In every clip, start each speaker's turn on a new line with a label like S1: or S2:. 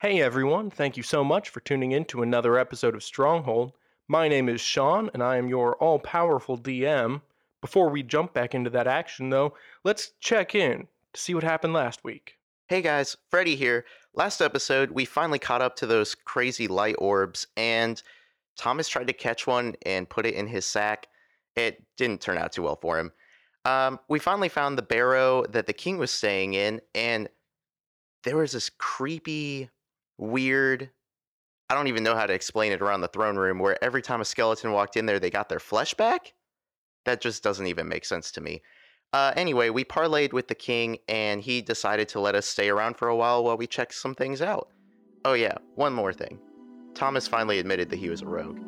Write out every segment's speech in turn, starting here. S1: Hey everyone, thank you so much for tuning in to another episode of Stronghold. My name is Sean, and I am your all powerful DM. Before we jump back into that action, though, let's check in to see what happened last week.
S2: Hey guys, Freddy here. Last episode, we finally caught up to those crazy light orbs, and Thomas tried to catch one and put it in his sack. It didn't turn out too well for him. Um, we finally found the barrow that the king was staying in, and there was this creepy, weird. I don't even know how to explain it around the throne room where every time a skeleton walked in there, they got their flesh back. That just doesn't even make sense to me. Uh, anyway, we parlayed with the king, and he decided to let us stay around for a while while we checked some things out. Oh, yeah, one more thing. Thomas finally admitted that he was a rogue.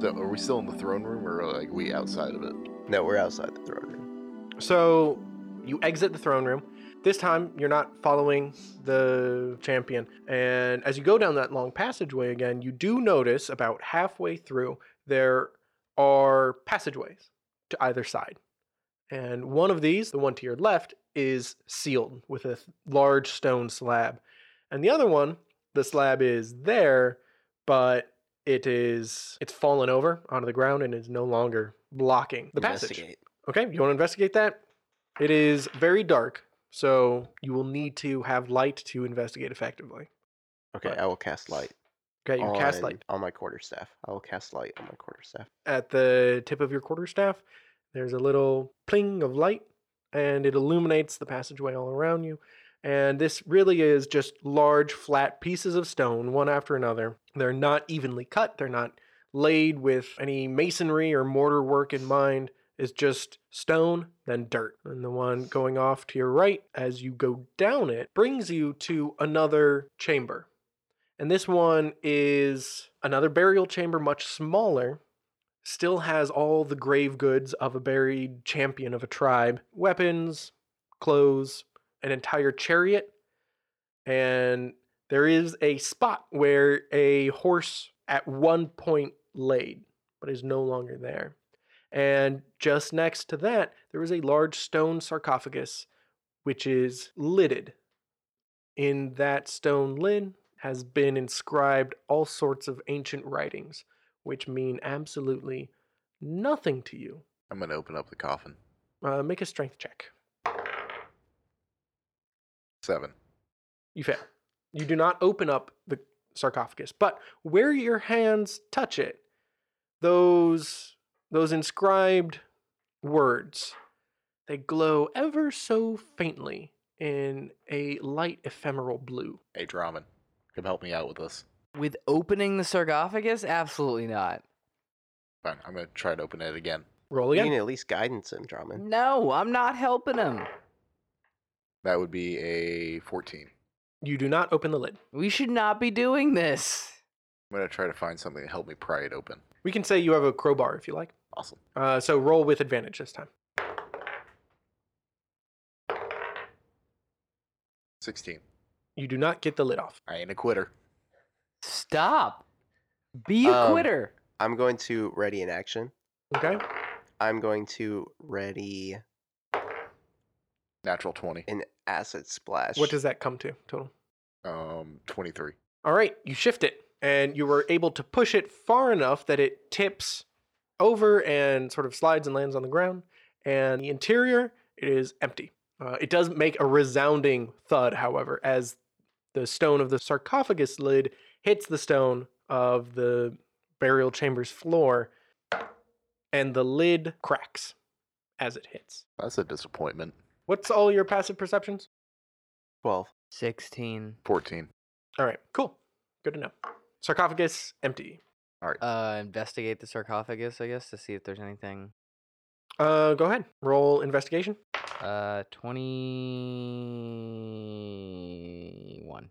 S3: So are we still in the throne room or like we outside of it?
S2: No, we're outside the throne room.
S1: So you exit the throne room. This time you're not following the champion. And as you go down that long passageway again, you do notice about halfway through there are passageways to either side. And one of these, the one to your left, is sealed with a th- large stone slab. And the other one, the slab is there, but it is it's fallen over onto the ground and is no longer blocking the passage.
S2: Investigate.
S1: Okay, you want to investigate that? It is very dark, so you will need to have light to investigate effectively.
S2: Okay, I will cast light.
S1: Okay, you cast
S2: on-
S1: light
S2: on my quarterstaff. I will cast light on my quarterstaff.
S1: at the tip of your quarterstaff. There's a little pling of light, and it illuminates the passageway all around you. And this really is just large, flat pieces of stone, one after another. They're not evenly cut, they're not laid with any masonry or mortar work in mind. It's just stone, then dirt. And the one going off to your right as you go down it brings you to another chamber. And this one is another burial chamber, much smaller, still has all the grave goods of a buried champion of a tribe weapons, clothes, an entire chariot. And there is a spot where a horse at one point laid, but is no longer there. And just next to that, there is a large stone sarcophagus, which is lidded. In that stone lid has been inscribed all sorts of ancient writings which mean absolutely nothing to you.
S3: I'm gonna open up the coffin.
S1: Uh, make a strength check.
S3: Seven.
S1: You fail. You do not open up the sarcophagus, but where your hands touch it, those those inscribed words, they glow ever so faintly in a light ephemeral blue.
S3: Hey Draman, come help me out with this.
S4: With opening the sarcophagus? Absolutely not.
S3: Fine, I'm gonna try to open it again.
S1: Roll
S2: You
S1: again.
S2: can at least guidance him, Drummond.
S4: No, I'm not helping him.
S3: That would be a fourteen.
S1: You do not open the lid.
S4: We should not be doing this.
S3: I'm gonna try to find something to help me pry it open.
S1: We can say you have a crowbar if you like.
S3: Awesome.
S1: Uh, so roll with advantage this time.
S3: Sixteen.
S1: You do not get the lid off.
S3: I ain't a quitter.
S4: Stop. Be a
S2: Um,
S4: quitter.
S2: I'm going to ready in action.
S1: Okay.
S2: I'm going to ready
S3: Natural twenty.
S2: an acid splash.
S1: What does that come to total?
S3: Um twenty-three.
S1: All right, you shift it, and you were able to push it far enough that it tips over and sort of slides and lands on the ground. And the interior it is empty. Uh, it does make a resounding thud, however, as the stone of the sarcophagus lid hits the stone of the burial chamber's floor, and the lid cracks as it hits.
S3: That's a disappointment.
S1: What's all your passive perceptions?
S2: 12?
S4: 16.
S3: Fourteen.
S1: All right, cool. Good to know. Sarcophagus empty.
S3: Alright.
S4: Uh, investigate the sarcophagus, I guess, to see if there's anything.
S1: Uh, go ahead. Roll investigation.
S4: Uh, 21.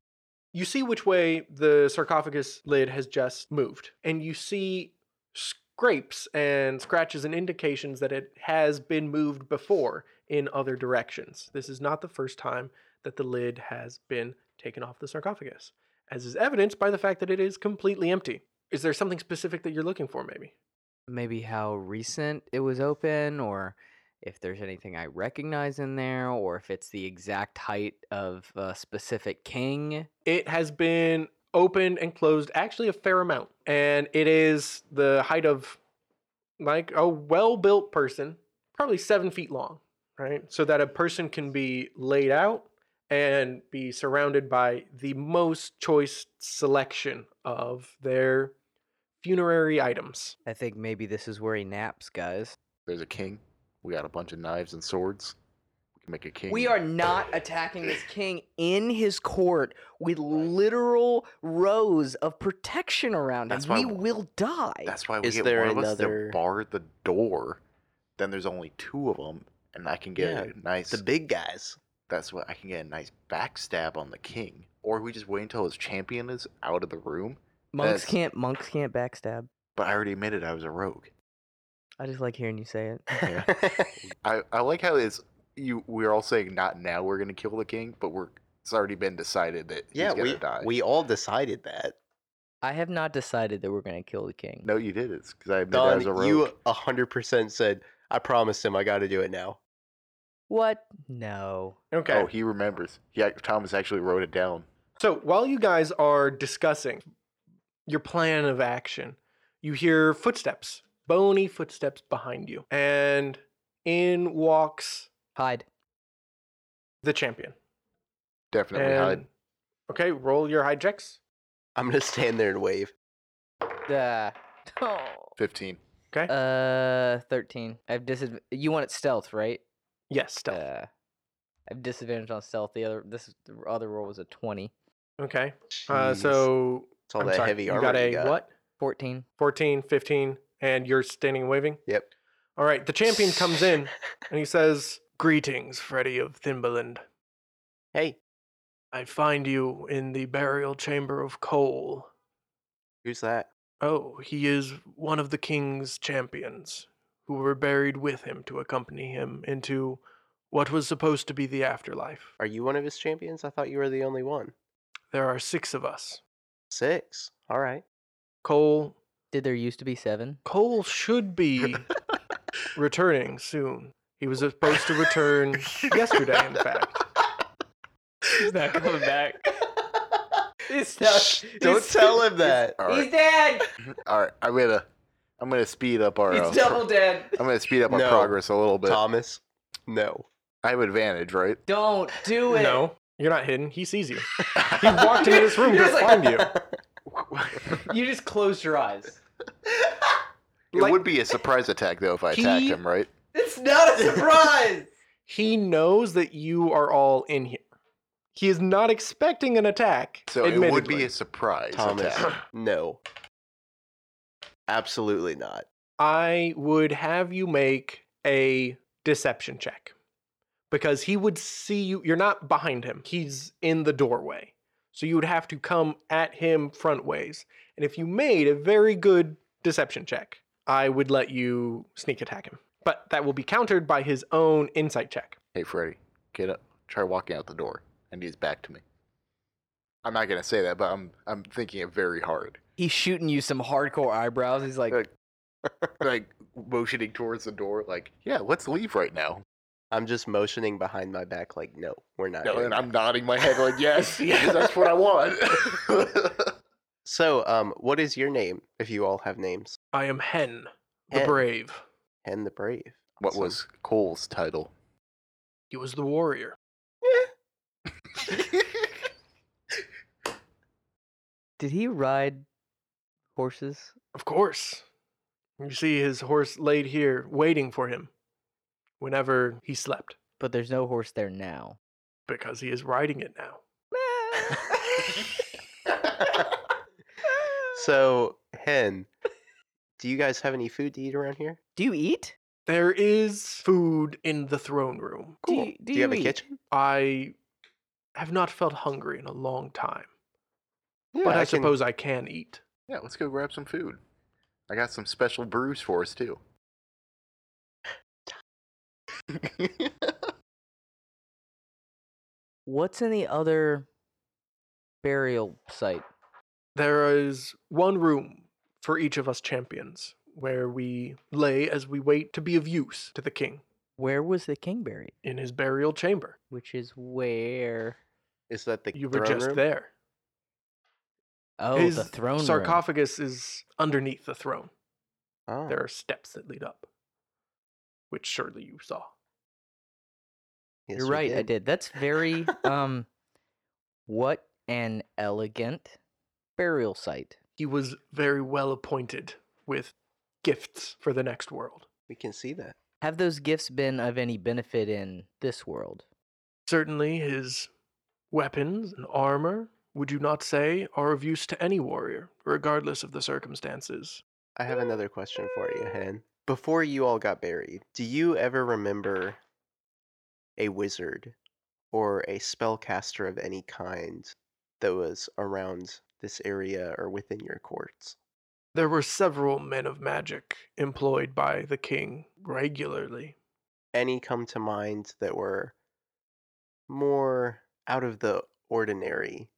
S1: You see which way the sarcophagus lid has just moved, and you see s- grapes and scratches and indications that it has been moved before in other directions. This is not the first time that the lid has been taken off the sarcophagus, as is evidenced by the fact that it is completely empty. Is there something specific that you're looking for, maybe?
S5: Maybe how recent it was open, or if there's anything I recognize in there, or if it's the exact height of a specific king.
S1: It has been opened and closed actually a fair amount, and it is the height of like a well built person, probably seven feet long, right? So that a person can be laid out and be surrounded by the most choice selection of their funerary items.
S5: I think maybe this is where he naps, guys.
S3: There's a king. We got a bunch of knives and swords. We can make a king.
S5: We are not attacking this king in his court with literal rows of protection around him.
S3: That's why-
S5: We will die.
S3: That's why we
S2: Is
S3: get
S2: there
S3: one of us
S2: another-
S3: to bar the door. Then there's only two of them, and I can get
S2: Yeah,
S3: a nice.
S2: The big guys.
S3: that's what I can get a nice backstab on the king. Or we just wait until his champion is out of the room.
S5: monks
S3: that's-
S5: can't. Monks can't backstab.
S3: But I already admitted I was a rogue.
S5: I just like hearing you say it.
S3: Yeah. I, I like how it's you. We're all saying not now. We're gonna kill the king, but we're it's already been decided that
S2: yeah,
S3: he's gonna
S2: we
S3: die.
S2: we all decided that.
S5: I have not decided that we're gonna kill the king.
S3: no, you did it because I admitted I was a
S2: Don,
S3: rogue.
S2: you hundred percent said I promised him I got to do it now.
S5: What? No.
S1: Okay.
S3: Oh, he remembers. Yeah, Thomas actually wrote it down.
S1: So while you guys are discussing your plan of action, you hear footsteps, bony footsteps behind you, and in walks
S5: Hide.
S1: the champion.
S3: Definitely
S1: And-
S3: hide.
S1: Okay, roll your hide checks.
S2: I'm gonna stand there and wave.
S5: Uh,
S3: Oh. Fifteen.
S1: Okay.
S5: uh, thirteen. I've disadv- You want it stealth, right?
S1: yes, stealth.
S5: Uh, I've disadvantage on stealth. The other this the other roll was a twenty.
S1: okay. Uh,
S2: Jeez.
S1: so
S2: it's all
S1: I'm
S2: that
S1: sorry,
S2: heavy
S1: you
S2: armor.
S1: got a
S2: you got.
S1: what?
S5: Fourteen.
S1: 14, 15, and you're standing and waving?
S2: Yep.
S1: All right, the champion comes in and he says, Greetings, Freddy of Thimberland.
S2: Hey,
S1: I find you in the burial chamber of coal.
S2: who's that?
S1: Oh, he is one of the king's champions who were buried with him to accompany him into what was supposed to be the afterlife.
S2: Are you one of his champions? I thought you were the only one.
S1: There are six of us.
S2: Six. All right.
S1: Cole
S5: Did there used to be seven?
S1: Cole should be returning soon. He was supposed to return yesterday, in fact.
S5: He's not coming back. He's
S2: Shh, Don't tell him that.
S3: All right,
S5: dead.
S3: all right. I'm gonna I'm gonna speed up our. uh, pro-
S5: dead.
S3: I'm gonna speed up our
S2: No.
S3: progress a little bit.
S2: Thomas. No.
S3: I have advantage, right?
S5: Don't do
S1: No, you're not hidden. He sees you. He walked into this room to find you.
S5: You just closed your eyes.
S3: It
S1: Like-
S3: would be a surprise attack though if I attacked
S1: He-
S3: him, right?
S5: It's not a surprise.
S1: He knows that you are all in here. He is not expecting an attack.
S3: So it would be
S1: admittedly.
S3: a surprise
S2: Thomas.
S3: attack.
S2: No. Absolutely not.
S1: I would have you make a deception check because he would see you. You're not behind him, he's in the doorway. So you would have to come at him front ways. And if you made a very good deception check, I would let you sneak attack him. But that will be countered by his own insight check.
S3: Hey, Freddy, get up. Try walking out the door. And he's back to me. I'm not gonna say that, but I'm I'm thinking it very hard,
S5: He's shooting you some hardcore eyebrows. He's like,
S3: Good. like motioning towards the door, like, yeah, let's leave right now.
S2: I'm just motioning behind my back, like, no, we're not.
S3: No,
S2: doing
S3: and
S2: that.
S3: I'm nodding my head, like, yes, yes, that's what I want.
S2: So, um, what is your name? If you all have names,
S1: I am Hen, the
S2: Hen.
S1: brave.
S2: Hen the Brave.
S3: what
S2: Awesome.
S3: was Cole's title?
S1: He was the warrior.
S5: did he ride horses?
S1: Of course. You see his horse laid here waiting for him whenever he slept
S5: But there's no horse there now.
S1: because he is riding it now.
S2: So, Hen, do you guys have any food to eat around here?
S5: Do you eat?
S1: There is food in the throne room.
S5: Do
S2: Cool.
S5: you- do
S2: you have
S5: you
S2: a
S5: eat?
S2: kitchen?
S1: I have not felt hungry in a long time, but I,
S2: can-
S1: suppose I can eat.
S3: yeah, let's go grab some food. I got some special brews for us too.
S4: What's in the other burial site?
S1: There is one room for each of us champions where we lay as we wait to be of use to the king
S4: Where was the king buried?
S1: in his burial chamber.
S4: Which is where?
S2: Is that the
S1: You were
S2: throne
S1: just
S2: room?
S1: there.
S4: Oh,
S1: his
S4: the throne room.
S1: sarcophagus is underneath the throne.
S2: Oh.
S1: There are steps that lead up, which surely you saw.
S2: Yes,
S4: You're
S2: we
S4: right. I did. That's very um, what an elegant burial site.
S1: He was very well appointed with gifts for the next world.
S2: We can see that.
S4: Have those gifts been of any benefit in this world?
S1: Certainly, his weapons and armor, would you not say, are of use to any warrior, regardless of the circumstances.
S2: I have another question for you, Hen. Before you all got buried, do you ever remember a wizard or a spellcaster of any kind that was around this area or within your courts?
S1: There were several men of magic employed by the king regularly.
S2: Any come to mind that were more out of the ordinary?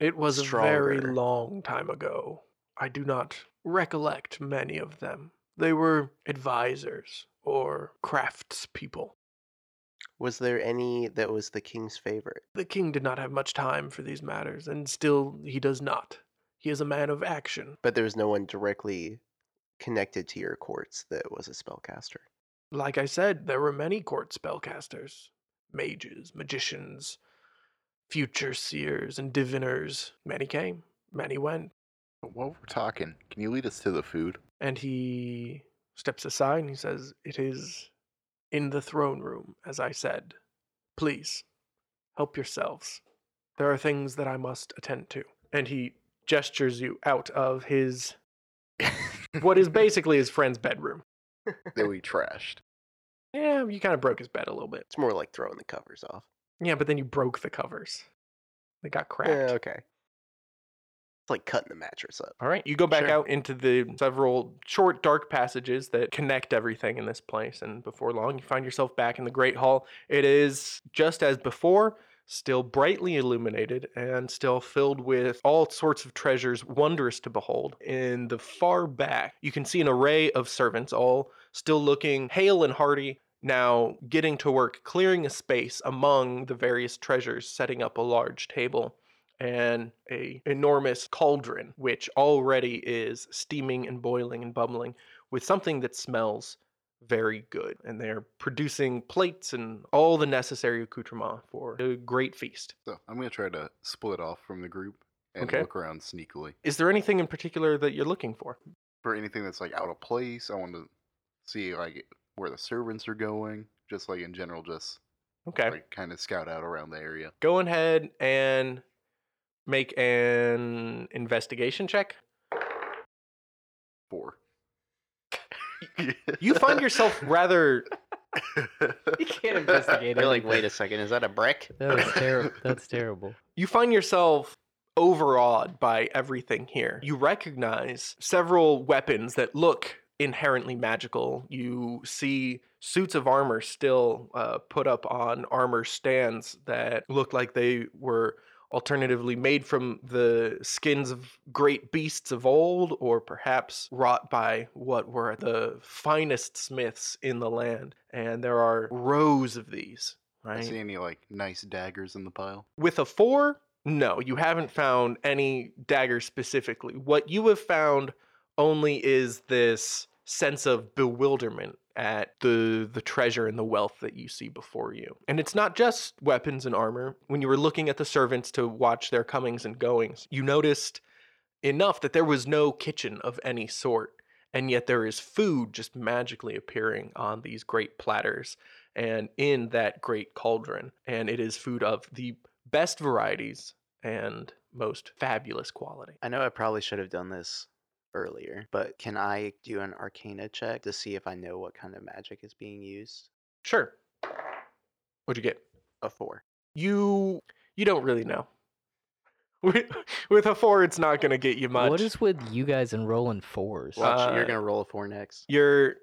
S1: It was a very
S2: Stronger.
S1: long time ago. I do not recollect many of them. They were advisors or craftspeople.
S2: Was there any that was the king's favorite?
S1: The king did not have much time for these matters, and still he does not. He is a man of action.
S2: But there was no one directly connected to your courts that was a spellcaster.
S1: like I said, there were many court spellcasters, mages, magicians, future seers, and diviners. Many came, many went.
S3: But while we're talking, can you lead us to the food?
S1: And he steps aside and he says, It is in the throne room, as I said. Please, help yourselves. There are things that I must attend to. And he gestures you out of his, what is basically his friend's bedroom.
S3: that we trashed.
S1: Yeah, you kind of broke his bed a little bit.
S2: It's more like throwing the covers off.
S1: Yeah, but then you broke the covers. They got cracked.
S2: Yeah, Eh, okay. It's like cutting the mattress up.
S1: All right. You go back
S2: Sure.
S1: out into the several short, dark passages that connect everything in this place. And before long, you find yourself back in the Great Hall. It is just as before, still brightly illuminated and still filled with all sorts of treasures wondrous to behold. In the far back, you can see an array of servants, all still looking hale and hearty. Now, getting to work, clearing a space among the various treasures, setting up a large table and a enormous cauldron which already is steaming and boiling and bubbling with something that smells very good and they're producing plates and all the necessary accoutrement for a great feast
S3: So I'm gonna try to split off from the group and
S1: Okay.
S3: look around sneakily
S1: is there anything in particular that you're looking for
S3: for anything that's like out of place. I want to see like where the servants are going, just like in general, just
S1: okay
S3: like kind of scout out around the area.
S1: go ahead and make an investigation check
S3: Four.
S1: you find yourself rather
S4: You can't investigate
S2: You're like,
S4: everything.
S2: wait a second, is that a brick?
S4: That was terrible. That's terrible.
S1: you find yourself overawed by everything here. You recognize several weapons that look inherently magical. You see suits of armor still uh, put up on armor stands that look like they were alternatively made from the skins of great beasts of old or perhaps wrought by what were the finest smiths in the land and there are rows of these
S3: I
S1: right
S3: see any like nice daggers in the pile?
S1: with a four, no, you haven't found any dagger specifically. What you have found only is this sense of bewilderment at the the treasure and the wealth that you see before you. And it's not just weapons and armor. When you were looking at the servants to watch their comings and goings, you noticed enough that there was no kitchen of any sort, and yet there is food just magically appearing on these great platters and in that great cauldron, and it is food of the best varieties and most fabulous quality.
S2: I know I probably should have done this earlier, but can I do an arcana check to see if I know what kind of magic is being used?
S1: Sure. What'd you get?
S2: A four.
S1: You you don't really know With, with a four, it's not going to get you much.
S5: What is with you guys and rolling fours?
S1: Well-
S5: Ten.
S2: Watch,
S1: Uh,
S2: you're gonna roll a four next
S1: You're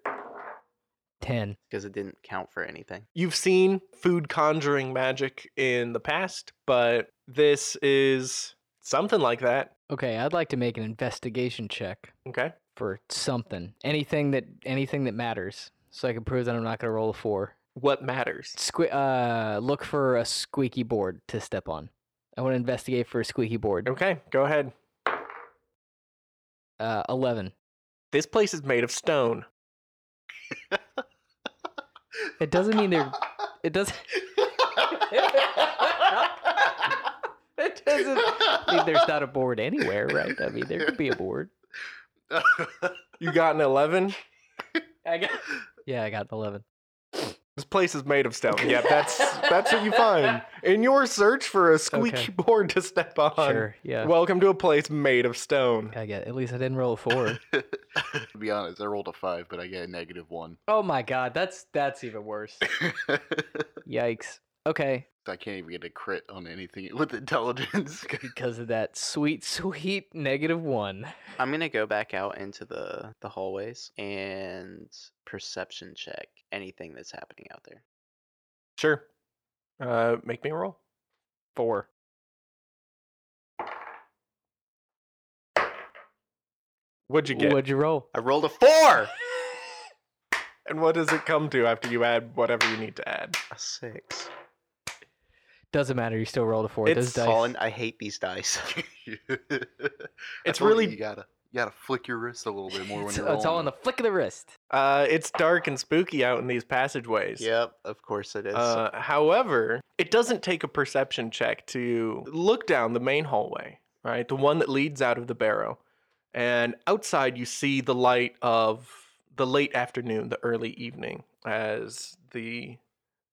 S5: Ten.
S2: because it didn't count for anything.
S1: you've seen food conjuring magic in the past, but this is something like that.
S5: Okay, I'd like to make an investigation check
S1: Okay.
S5: for something, anything that anything that matters, so I can prove that I'm not gonna roll a four.
S1: What matters?
S5: Sque- uh, look for a squeaky board to step on. I want to investigate for a squeaky board.
S1: Okay, go ahead.
S5: Uh, Eleven.
S1: This place is made of stone.
S5: It doesn't mean they're. It doesn't. It doesn't. I mean, there's not a board anywhere, right? I mean, there could be a board.
S1: You got an 11?
S5: I got. Yeah, I got an eleven.
S1: This place is made of stone. Yeah, that's that's what you find in your search for a squeaky
S5: Okay.
S1: board to step on.
S5: sure. Yeah.
S1: Welcome to a place made of stone.
S5: I get. At least I didn't roll a four.
S3: to be honest, I rolled a five, but I get a negative one.
S5: oh my god, that's that's even worse. Yikes. Okay,
S3: I can't even get a crit on anything with intelligence.
S5: because of that sweet, sweet negative one.
S2: I'm gonna go back out into the the hallways and perception check anything that's happening out there.
S1: Sure. Uh, make me a roll.
S5: Four.
S1: What'd you get?
S5: What'd you roll?
S2: I rolled a four.
S1: And what does it come to after you add whatever you need to add?
S2: A six.
S5: Doesn't matter. You still rolled a four. Those
S2: It's
S5: dice.
S2: Colin. I hate these dice.
S1: It's
S3: told you,
S1: really-
S3: you gotta you gotta flick your wrist a little bit more when
S5: it's,
S3: you're
S5: it's all
S3: rolling
S5: on the flick of the wrist.
S1: Uh, it's dark and spooky out in these passageways.
S2: yep, of course it is.
S1: Uh, however, it doesn't take a perception check to look down the main hallway, right? The one that leads out of the barrow. And outside, you see the light of the late afternoon, the early evening, as the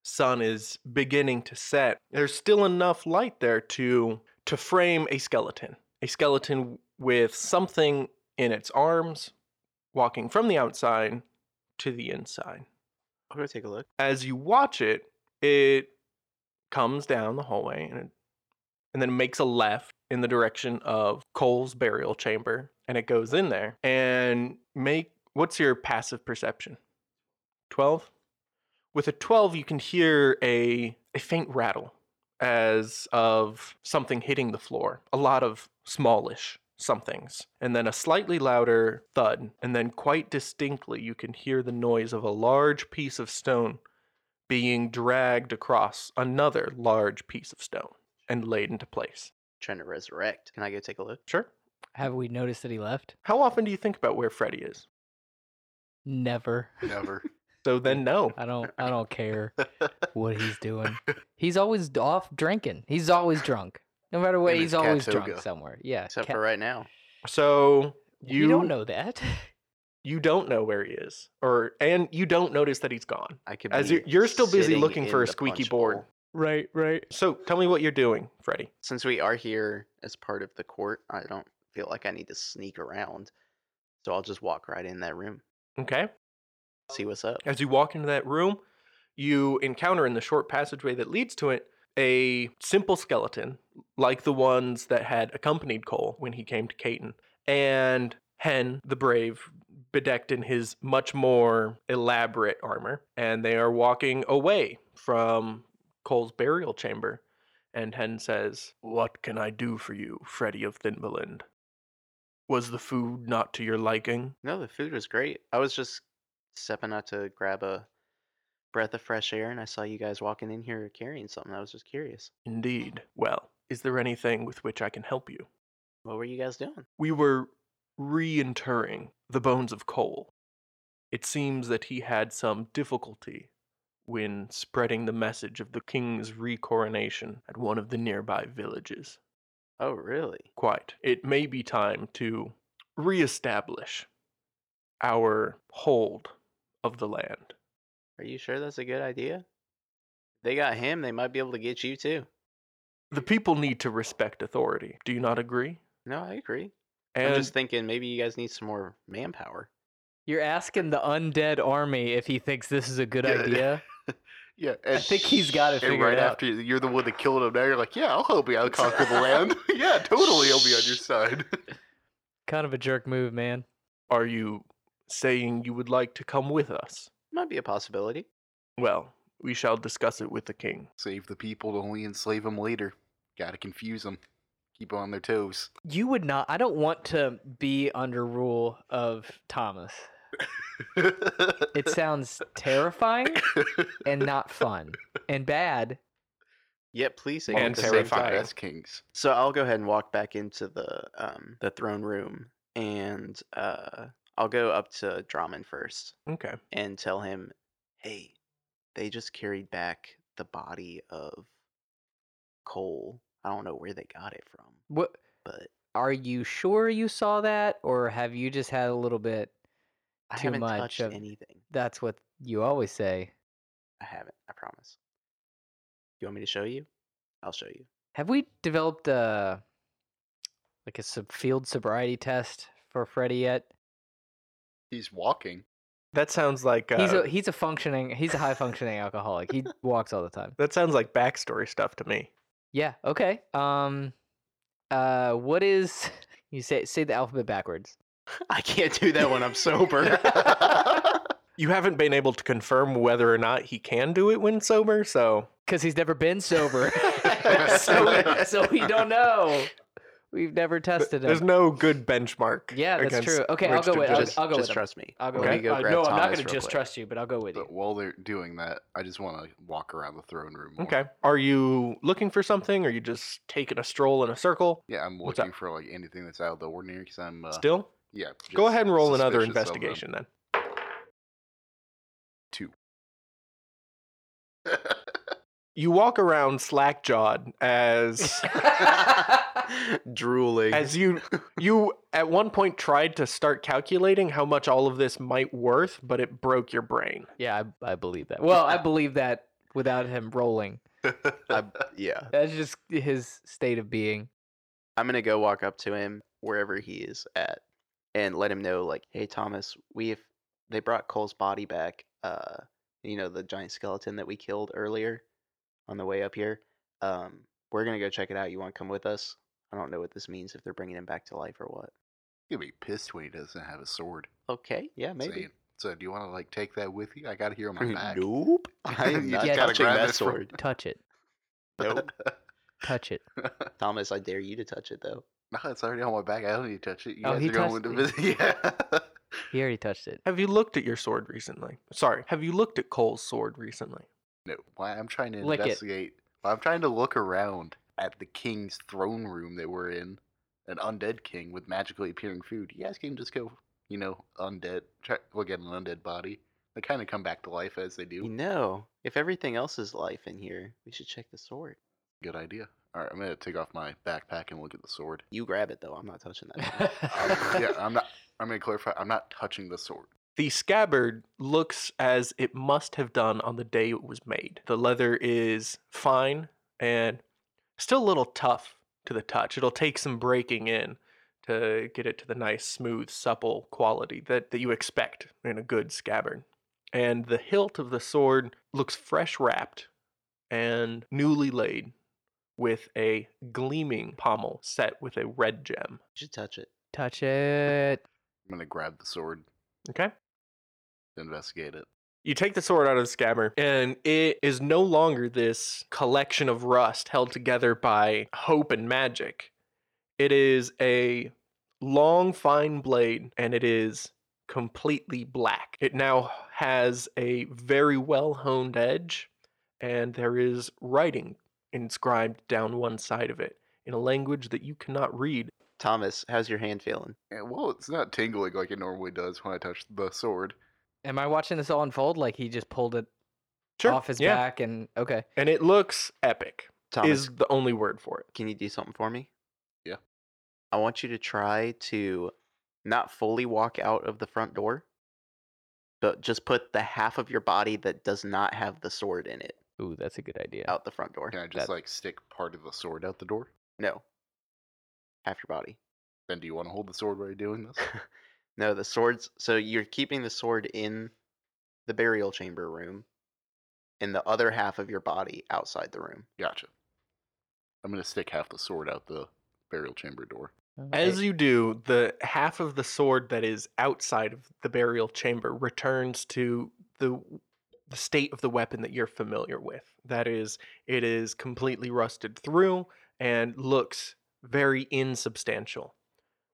S1: sun is beginning to set. There's still enough light there to to frame a skeleton, a skeleton with something in its arms, walking from the outside to the inside
S2: I'll go take a look.
S1: as you watch it, it comes down the hallway and it, and then makes a left in the direction of Cole's burial chamber, and it goes in there and make what's your passive perception? Twelve. With a twelve, you can hear a a faint rattle as of something hitting the floor. A lot of smallish somethings, and then a slightly louder thud, and then quite distinctly you can hear the noise of a large piece of stone being dragged across another large piece of stone and laid into place.
S2: Trying to resurrect. Can I go take a look?
S1: Sure.
S5: Have we noticed that he left?
S1: How often do you think about where Freddy is?
S5: Never.
S3: never.
S1: So
S2: Mm.
S1: then, no.
S2: Uh,
S5: I don't. I don't care what he's doing. He's always off drinking. He's always drunk. No matter what,
S3: In
S5: he's
S3: his
S5: always drunk
S3: Catoga.
S5: somewhere. Yeah.
S2: Except
S5: ca-
S2: for right now.
S1: So you
S5: you don't know that.
S1: you don't know where he is, or and you don't notice that he's gone.
S2: I could.
S1: As
S2: be
S1: you're- you're still busy
S2: sitting
S1: looking for
S2: in
S1: a
S2: the
S1: squeaky
S2: punch
S1: board.
S2: bowl.
S5: right. Right.
S1: So tell me what you're doing, Freddy.
S2: Since we are here as part of the court, I don't feel like I need to sneak around. So I'll just walk right in that room.
S1: Okay.
S2: See what's up.
S1: As you walk into that room, you encounter in the short passageway that leads to it a simple skeleton, like the ones that had accompanied Cole when he came to Caton. And Hen, the brave, bedecked in his much more elaborate armor, and they are walking away from Cole's burial chamber. And Hen says, What can I do for you, Freddy of Thimberland? Was the food not to your liking?
S2: No, the food was great. I was just stepping out to grab a breath of fresh air, and I saw you guys walking in here carrying something. I was just curious.
S1: Indeed. Well, is there anything with which I can help you?
S2: What were you guys doing?
S1: We were reinterring the bones of Cole. It seems that he had some difficulty when spreading the message of the king's recoronation at one of the nearby villages.
S2: Oh, really?
S1: Quite. It may be time to reestablish our hold of the land.
S2: Are you sure that's a good idea? They got him. They might be able to get you too.
S1: The people need to respect authority. Do you not agree?
S2: No, I agree.
S1: And
S2: I'm just thinking maybe you guys need some more manpower.
S5: You're asking the undead army if he thinks this is a good
S3: Good.
S5: idea.
S3: Yeah,
S5: I
S3: and-
S5: think he's got it
S3: And
S5: figured
S3: right
S5: out.
S3: after you- you're the one that killed him, now you're like, yeah, I'll help you out conquer the land. yeah, totally, I'll be on your side.
S5: Kind of a jerk move, man.
S1: Are you saying you would like to come with us?
S2: Might be a possibility.
S1: Well, we shall discuss it with the king.
S3: Save the people to only enslave them later. Gotta confuse them. Keep 'em on their toes.
S5: You would not. I don't want to be under rule of Thomas. It sounds terrifying and not fun and bad.
S2: Yet pleasing
S1: And
S2: at the same
S1: terrifying.
S2: time.
S3: As kings.
S2: So I'll go ahead and walk back into the um, the throne room, and uh, I'll go up to Draman first
S1: Okay.
S2: and tell him, "Hey, they just carried back the body of Cole. I don't know where they got it from,
S5: What
S2: but
S5: are you sure you saw that, or have you just had a little bit?
S2: I
S5: Too
S2: haven't
S5: much
S2: touched
S5: of-
S2: anything.
S5: That's what you always say.
S2: I haven't. I promise. You want me to show you? I'll show you.
S5: Have we developed a like a sub- field sobriety test for Freddy yet?
S3: He's walking.
S1: That sounds like
S5: He's
S1: uh,
S5: a he's a functioning he's a high functioning alcoholic. He walks all the time.
S1: that sounds like backstory stuff to me.
S5: Yeah. Okay. Um. Uh. What is you say? Say the alphabet backwards.
S2: I can't do that when I'm sober.
S1: You haven't been able to confirm whether or not he can do it when sober, so
S5: Because he's never been sober, so so we don't know. We've never tested
S1: there's
S5: him.
S1: no good benchmark.
S5: Yeah, that's
S1: against
S5: true. Okay, I'll
S1: which
S5: go
S1: to
S5: with-
S1: just-
S2: just
S5: I'll go
S2: just
S5: with him.
S2: trust me.
S5: I'll go
S1: Okay.
S2: Let me
S5: with you.
S2: go
S5: Uh,
S2: grab
S5: no, I'm
S2: Thomas
S5: not gonna
S2: real
S5: just
S2: quick.
S5: trust you, but I'll go with
S3: But
S5: you.
S3: while they're doing that, I just want to walk around the throne room. more.
S1: Okay. Are you looking for something? Or are you just taking a stroll in a circle?
S3: Yeah, I'm
S1: What's
S3: looking for like anything that's out of the ordinary because I'm uh,
S1: Still?
S3: Yeah.
S1: Go
S3: just
S1: ahead and roll another
S3: suspicious of them.
S1: investigation then. You walk around slack jawed as
S2: Drooling.
S1: as you you at one point tried to start calculating how much all of this might worth, but it broke your brain.
S5: Yeah, I, I believe that. Well, I believe that without him rolling.
S2: yeah.
S5: That's just his state of being.
S2: I'm gonna go walk up to him wherever he is at and let him know like, hey Thomas, we've they brought Cole's body back, uh you know, the giant skeleton that we killed earlier on the way up here. Um, we're gonna go check it out. You wanna come with us? I don't know what this means if they're bringing him back to life or what.
S3: He'll be pissed when he doesn't have a sword.
S2: Okay, yeah, maybe. Mm,
S3: Saying, so do you want to like take that with you? I got it here on my back.
S2: Nope. I'm
S3: You
S2: not
S5: just gotta
S2: touching
S3: grab
S2: that
S3: this from-
S2: sword.
S5: Touch it.
S2: nope.
S5: Touch it.
S2: Thomas, I dare you to touch it though.
S3: No, it's already on my back. I don't need to touch it. You
S5: Oh,
S3: guys
S5: he
S3: are going
S5: touched
S3: to
S5: me.
S3: visit. Yeah.
S5: He already touched it.
S1: Have you looked at your sword recently? Sorry, have you looked at Cole's sword recently?
S3: no, why I'm trying to
S5: Lick it.
S3: investigate. Why I'm trying to look around at the king's throne room that we're in, an undead king with magically appearing food. You guys can just go, you know, undead. Try, look at an undead body. They kind of come back to life as they do.
S2: You know, if everything else is life in here, we should check the sword.
S3: Good idea. All right, I'm gonna take off my backpack and look at the sword.
S2: You grab it though. I'm not touching that. thing.
S3: Um, yeah, I'm not. I'm gonna clarify. I'm not touching the sword.
S1: The scabbard looks as it must have done on the day it was made. The leather is fine and still a little tough to the touch. It'll take some breaking in to get it to the nice, smooth, supple quality that, that you expect in a good scabbard. And the hilt of the sword looks fresh wrapped and newly laid with a gleaming pommel set with a red gem.
S2: You should touch it.
S5: Touch it.
S3: I'm gonna grab the sword,
S1: Okay?
S3: to investigate it.
S1: You take the sword out of the scabbard, and it is no longer this collection of rust held together by hope and magic. It is a long, fine blade, and it is completely black. It now has a very well honed edge, and there is writing inscribed down one side of it in a language that you cannot read.
S2: Thomas, how's your hand feeling?
S3: Yeah, well, it's not tingling like it normally does when I touch the sword.
S5: Am I watching this all unfold? Like he just pulled it off his
S1: yeah.
S5: back and okay.
S1: And it looks epic,
S2: Thomas,
S1: is the only word for it.
S2: can you do something for me?
S3: Yeah.
S2: I want you to try to not fully walk out of the front door, but just put the half of your body that does not have the sword in it
S5: Ooh, that's a good idea.
S2: out the front door.
S3: Can I just
S2: That-
S3: like stick part of the sword out the door?
S2: No. Half your body.
S3: Then do you want to hold the sword while you're doing this?
S2: no, the swords. So you're keeping the sword in the burial chamber room, and the other half of your body outside the room.
S3: Gotcha. I'm gonna stick half the sword out the burial chamber door.
S1: As you do, the half of the sword that is outside of the burial chamber returns to the the state of the weapon that you're familiar with. That is, it is completely rusted through and looks very insubstantial.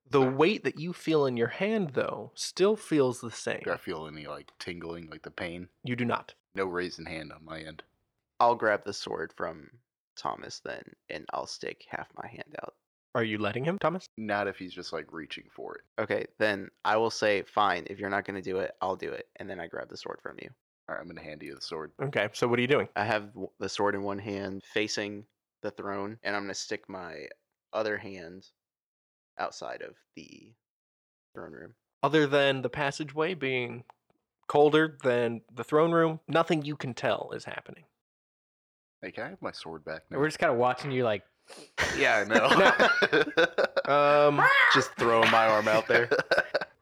S1: The weight that you feel in your hand, though, still feels the same.
S3: Do I feel any like tingling, like the pain?
S1: You do not.
S3: No raising hand on my end.
S2: I'll grab the sword from Thomas then, and I'll stick half my hand out.
S1: Are you letting him, Thomas?
S3: Not if he's just like reaching for it.
S2: Okay, then I will say, fine, if you're not going to do it, I'll do it. And then I grab the sword from you.
S3: All right, I'm gonna hand you the sword.
S1: Okay, so what are you doing?
S2: I have w- the sword in one hand facing the throne, and I'm going to stick my other hand outside of the throne room.
S1: Other than the passageway being colder than the throne room, nothing you can tell is happening.
S3: Hey, can I have my sword back now?
S5: We're just kind of watching you like
S3: yeah, I know.
S1: Um.
S3: just throwing my arm out there.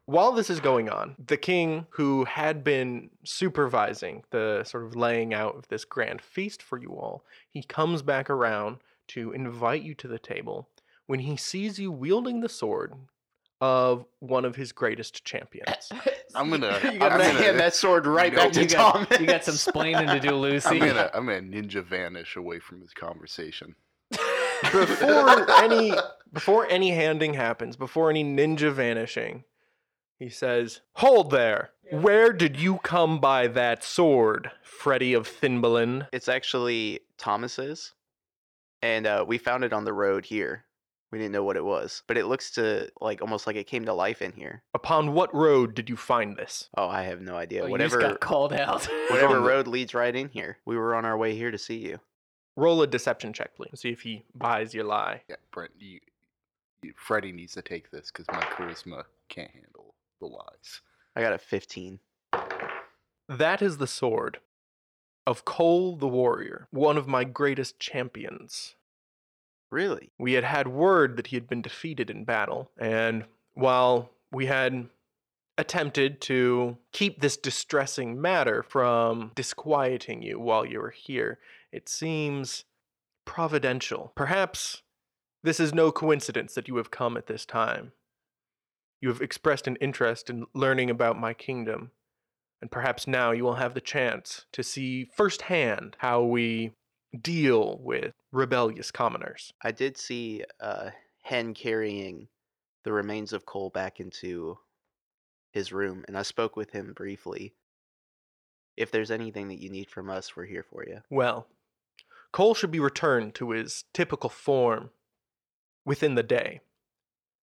S1: While this is going on, the king, who had been supervising the sort of laying out of this grand feast for you all, he comes back around to invite you to the table when he sees you wielding the sword of one of his greatest champions.
S3: I'm gonna.
S5: You
S3: I'm
S5: got
S2: I'm
S3: gonna
S2: going to hand that sword right
S3: Nope.
S2: back to
S5: you got,
S2: Thomas.
S5: you got some splaining to do, Lucy.
S3: I'm gonna. I'm gonna ninja vanish away from this conversation.
S1: before any before any handing happens, before any ninja vanishing, he says, "Hold there. Where did you come by that sword, Freddy of Thimbalin?"
S2: It's actually Thomas's, and uh, we found it on the road here. We didn't know what it was, but it looks to like almost like it came to life in here.
S1: Upon what road did you find this?
S2: Oh, I have no idea.
S5: Oh, you just
S2: whatever,
S5: got called out.
S2: whatever road leads right in here. We were on our way here to see you.
S1: Roll a deception check, please. See if he buys your lie.
S3: Yeah, Brent, you, you Freddie needs to take this because my charisma can't handle the lies.
S2: I got a 15.
S1: That is the sword of Cole the warrior, one of my greatest champions.
S2: Really?
S1: We had had word that he had been defeated in battle, and while we had attempted to keep this distressing matter from disquieting you while you were here, it seems providential. Perhaps this is no coincidence that you have come at this time. You have expressed an interest in learning about my kingdom, and perhaps now you will have the chance to see firsthand how we deal with rebellious commoners.
S2: I did see uh, Hen carrying the remains of Cole back into his room, and I spoke with him briefly. If there's anything that you need from us, we're here for you.
S1: Well, Cole should be returned to his typical form within the day,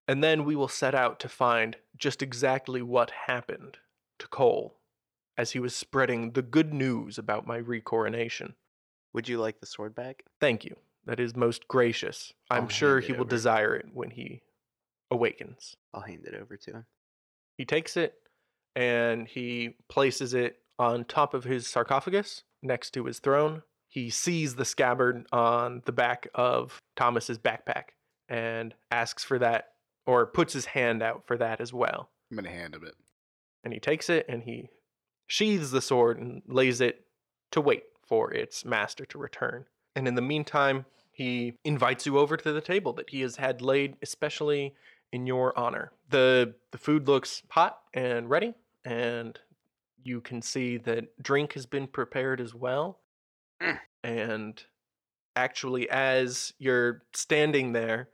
S1: and then we will set out to find just exactly what happened to Cole as he was spreading the good news about my recoronation.
S2: Would you like the sword back?
S1: Thank you. That is most gracious. I'm
S2: I'll
S1: sure
S2: hand
S1: he
S2: it
S1: will
S2: over.
S1: desire it when he awakens.
S2: I'll hand it over to him.
S1: He takes it and he places it on top of his sarcophagus next to his throne. He sees the scabbard on the back of Thomas's backpack and asks for that or puts his hand out for that as well.
S3: I'm gonna hand him it.
S1: And he takes it and he sheathes the sword and lays it to wait for its master to return. And in the meantime, he invites you over to the table that he has had laid especially in your honor. The the food looks hot and ready, and you can see that drink has been prepared as well.
S2: Mm.
S1: And actually as you're standing there,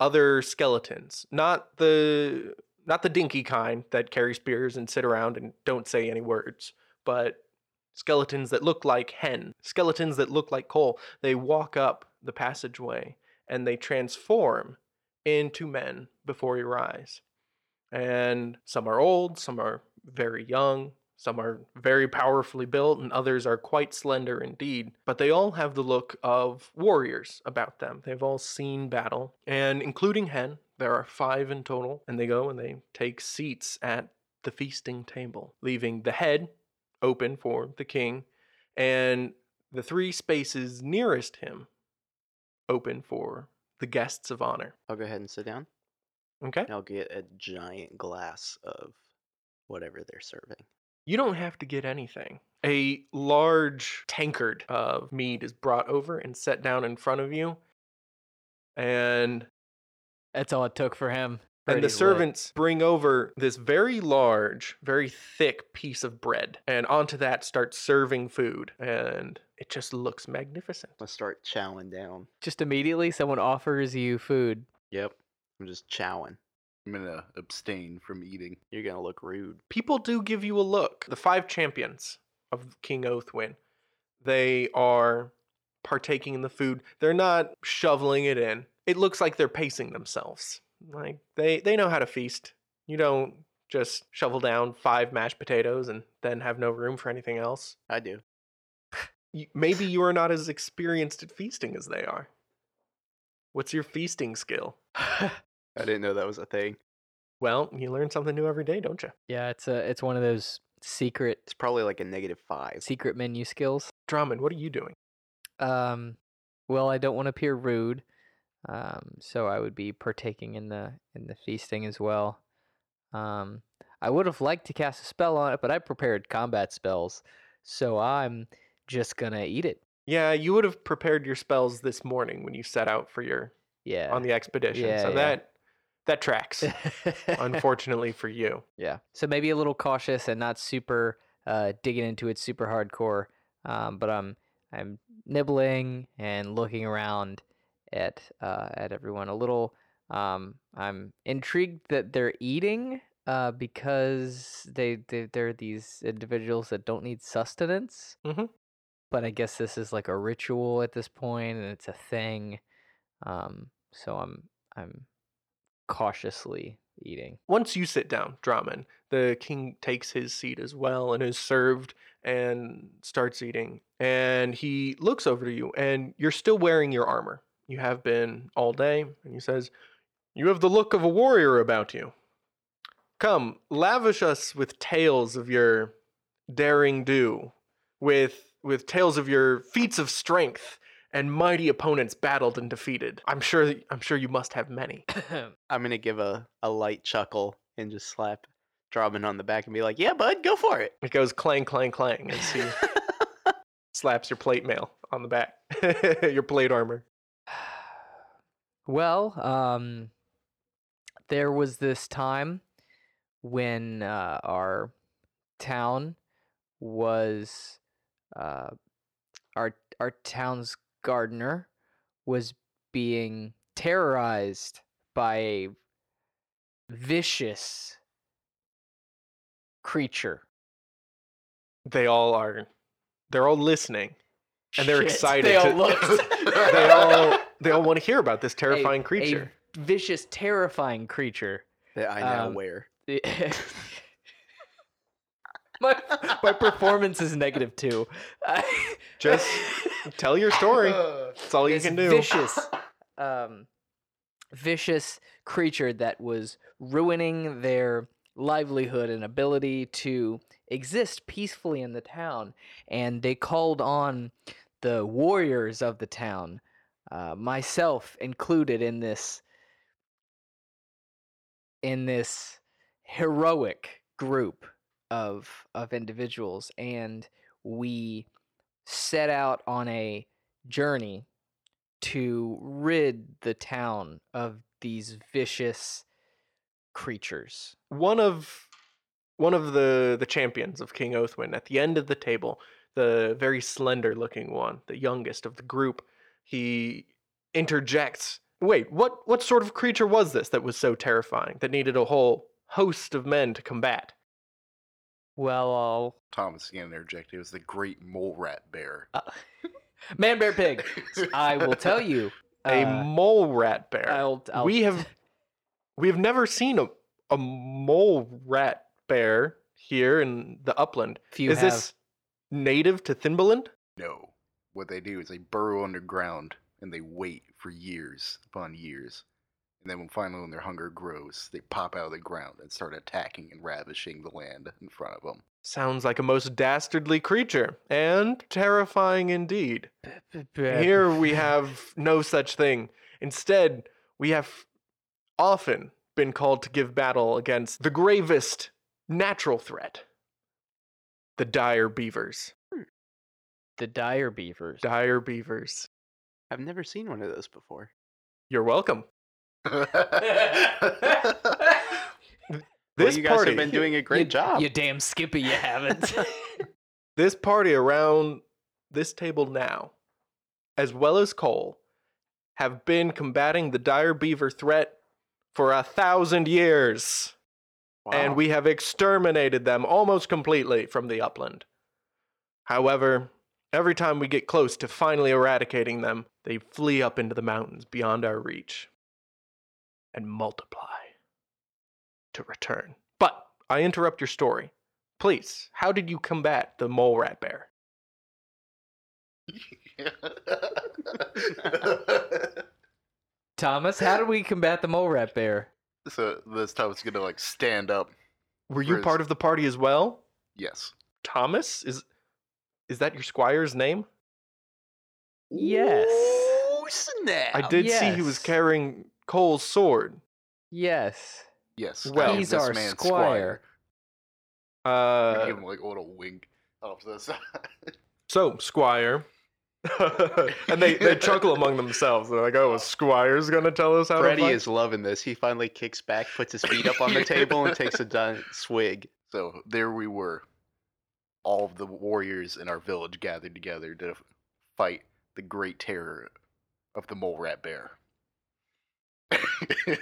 S1: other skeletons, not the not the dinky kind that carry spears and sit around and don't say any words, but skeletons that look like hen, skeletons that look like coal. They walk up the passageway and they transform into men before your eyes. And some are old, some are very young, some are very powerfully built, and others are quite slender indeed. But they all have the look of warriors about them. They've all seen battle, and including Hen, there are five in total, and they go and they take seats at the feasting table, leaving the head open for the king and the three spaces nearest him open for the guests of honor.
S2: I'll go ahead and sit down.
S1: Okay?
S2: and I'll get a giant glass of whatever they're serving.
S1: You don't have to get anything. a large tankard of mead is brought over and set down in front of you. And
S5: That's all it took for him.
S1: and
S5: Pretty
S1: the
S5: lit.
S1: servants bring over this very large, very thick piece of bread, and onto that start serving food, and it just looks magnificent.
S2: Let's start chowing down.
S5: just immediately someone offers you food.
S2: Yep. I'm just chowing.
S3: I'm gonna abstain from eating.
S2: You're gonna look rude.
S1: People do give you a look. The five champions of King Oathwin, they are partaking in the food. They're not shoveling it in. It looks like they're pacing themselves. Like they they know how to feast. You don't just shovel down five mashed potatoes and then have no room for anything else.
S2: I do.
S1: y- maybe you are not as experienced at feasting as they are. What's your feasting skill?
S2: I didn't know that was a thing.
S1: Well, you learn something new every day, don't you?
S5: Yeah, it's a it's one of those secret
S2: It's probably like a negative five.
S5: secret menu skills.
S1: Drummond, what are you doing?
S5: Um, well, I don't want to appear rude, um, so I would be partaking in the in the feasting as well. Um, I would have liked to cast a spell on it, but I prepared combat spells, so I'm just gonna eat it.
S1: Yeah, you would have prepared your spells this morning when you set out for your
S5: Yeah.
S1: on the expedition.
S5: Yeah,
S1: so
S5: yeah.
S1: that that tracks, unfortunately for you.
S5: Yeah. So maybe a little cautious and not super uh, digging into it super hardcore. Um, but I'm I'm nibbling and looking around at uh, at everyone a little. Um, I'm intrigued that they're eating uh, because they, they they're these individuals that don't need sustenance.
S1: Mhm.
S5: But I guess this is like a ritual at this point, and it's a thing. Um, so I'm I'm cautiously eating.
S1: Once you sit down, Draman, the king takes his seat as well and is served and starts eating. And he looks over to you, and you're still wearing your armor. You have been all day. And he says, You have the look of a warrior about you. Come, lavish us with tales of your daring do, with, with tales of your feats of strength and mighty opponents battled and defeated. I'm sure, I'm sure you must have many.
S2: I'm gonna give a, a light chuckle and just slap Drummond on the back and be like, "Yeah, bud, go for it."
S1: It goes clang, clang, clang as he slaps your plate mail on the back, your plate armor.
S5: Well, um, there was this time when uh, our town was uh, our our town's gardener was being terrorized by a vicious creature.
S1: They all are, they're all listening, and they're excited.
S5: They all
S1: to-
S5: looked.
S1: they all they all want to hear about this
S5: A-
S1: terrifying
S5: a
S1: creature.
S5: vicious, terrifying creature.
S2: That I now
S5: Um,
S2: wear.
S5: Yeah. my my performance is negative two. I-
S1: Just tell your story. That's all you
S5: this
S1: can do.
S5: Vicious, um, vicious creature that was ruining their livelihood and ability to exist peacefully in the town, and they called on the warriors of the town, uh, myself included in this in this heroic group of of individuals, and we set out on a journey to rid the town of these vicious creatures.
S1: one of one of the the champions of King Oathwin at the end of the table, the very slender looking one, the youngest of the group, he interjects, "Wait, what what sort of creature was this that was so terrifying that needed a whole host of men to combat?"
S5: Well, all
S3: Thomas can interject. It was the great mole rat bear.
S5: uh, man, bear, pig. I will tell you.
S1: a
S5: uh,
S1: mole rat bear.
S5: I'll, I'll-
S1: we have we have never seen a a mole rat bear here in the upland.
S5: If you
S1: Is
S5: have,
S1: this native to Thimbaland?
S3: No. What they do is they burrow underground and they wait for years upon years. And then when finally when their hunger grows, they pop out of the ground and start attacking and ravishing the land in front of them.
S1: Sounds like a most dastardly creature, and terrifying indeed. Here we have no such thing. Instead, we have often been called to give battle against the gravest natural threat the dire beavers.
S5: The dire beavers.
S1: Dire beavers.
S2: I've never seen one of those before.
S1: You're welcome.
S2: Well,
S1: This
S2: you guys
S1: party,
S2: have been doing a great job.
S5: You damn skippy, you haven't.
S1: this party around this table now, as well as Cole, have been combating the dire beaver threat for a thousand years. and
S2: Wow.
S1: we have exterminated them almost completely from the upland. However, every time we get close to finally eradicating them, they flee up into the mountains beyond our reach and multiply to return. But I interrupt your story. Please, how did you combat the mole rat bear?
S5: Thomas, how do we combat the mole rat bear?
S3: so this time it's gonna like stand up.
S1: Were you
S3: Riz.
S1: part of the party as well?
S3: Yes.
S1: Thomas is is that your squire's name?
S5: Yes.
S2: Ooh, snap.
S1: I did see he was
S5: yes.
S1: carrying Cole's sword.
S5: Yes.
S3: Yes. I
S1: Well-
S3: am
S5: He's
S3: this
S5: our
S3: man's
S5: squire.
S3: I
S1: Uh,
S3: give him like a little wink off to the side.
S1: So, Squire. and they, they chuckle among themselves. They're like, oh, Squire's going to tell us how to
S2: Freddy
S1: fight?
S2: is loving this. He finally kicks back, puts his feet up on the table, and takes a giant swig.
S3: So there we were. All of the warriors in our village gathered together to fight the great terror of the mole rat bear.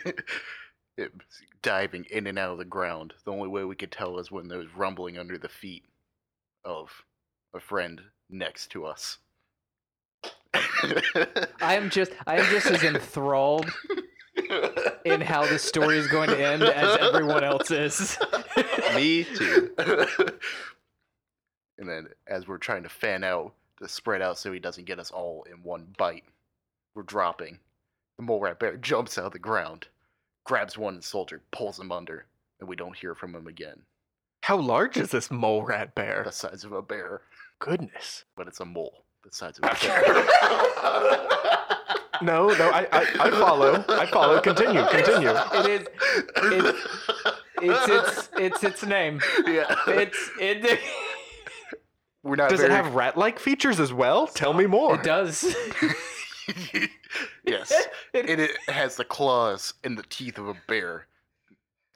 S3: It was diving in and out of the ground. The only way we could tell is when there was rumbling under the feet of a friend next to us.
S5: I am just I am just as enthralled in how this story is going to end as everyone else is.
S2: Me too.
S3: and then, as we're trying to fan out to spread out so he doesn't get us all in one bite, we're dropping. The mole rat bear jumps out of the ground, grabs one soldier, pulls him under, and we don't hear from him again.
S1: How large is this mole rat bear?
S3: The size of a bear,
S1: Goodness.
S3: but it's a mole. The size of a bear.
S1: No, no, I, I, I follow. I follow. Continue, continue.
S5: It is it's it's its it's its name.
S3: yeah.
S5: It's it
S3: we're not
S1: Does it
S3: very
S1: have rat like features as well? Tell me more.
S5: it does.
S3: yes. And it has the claws and the teeth of a bear,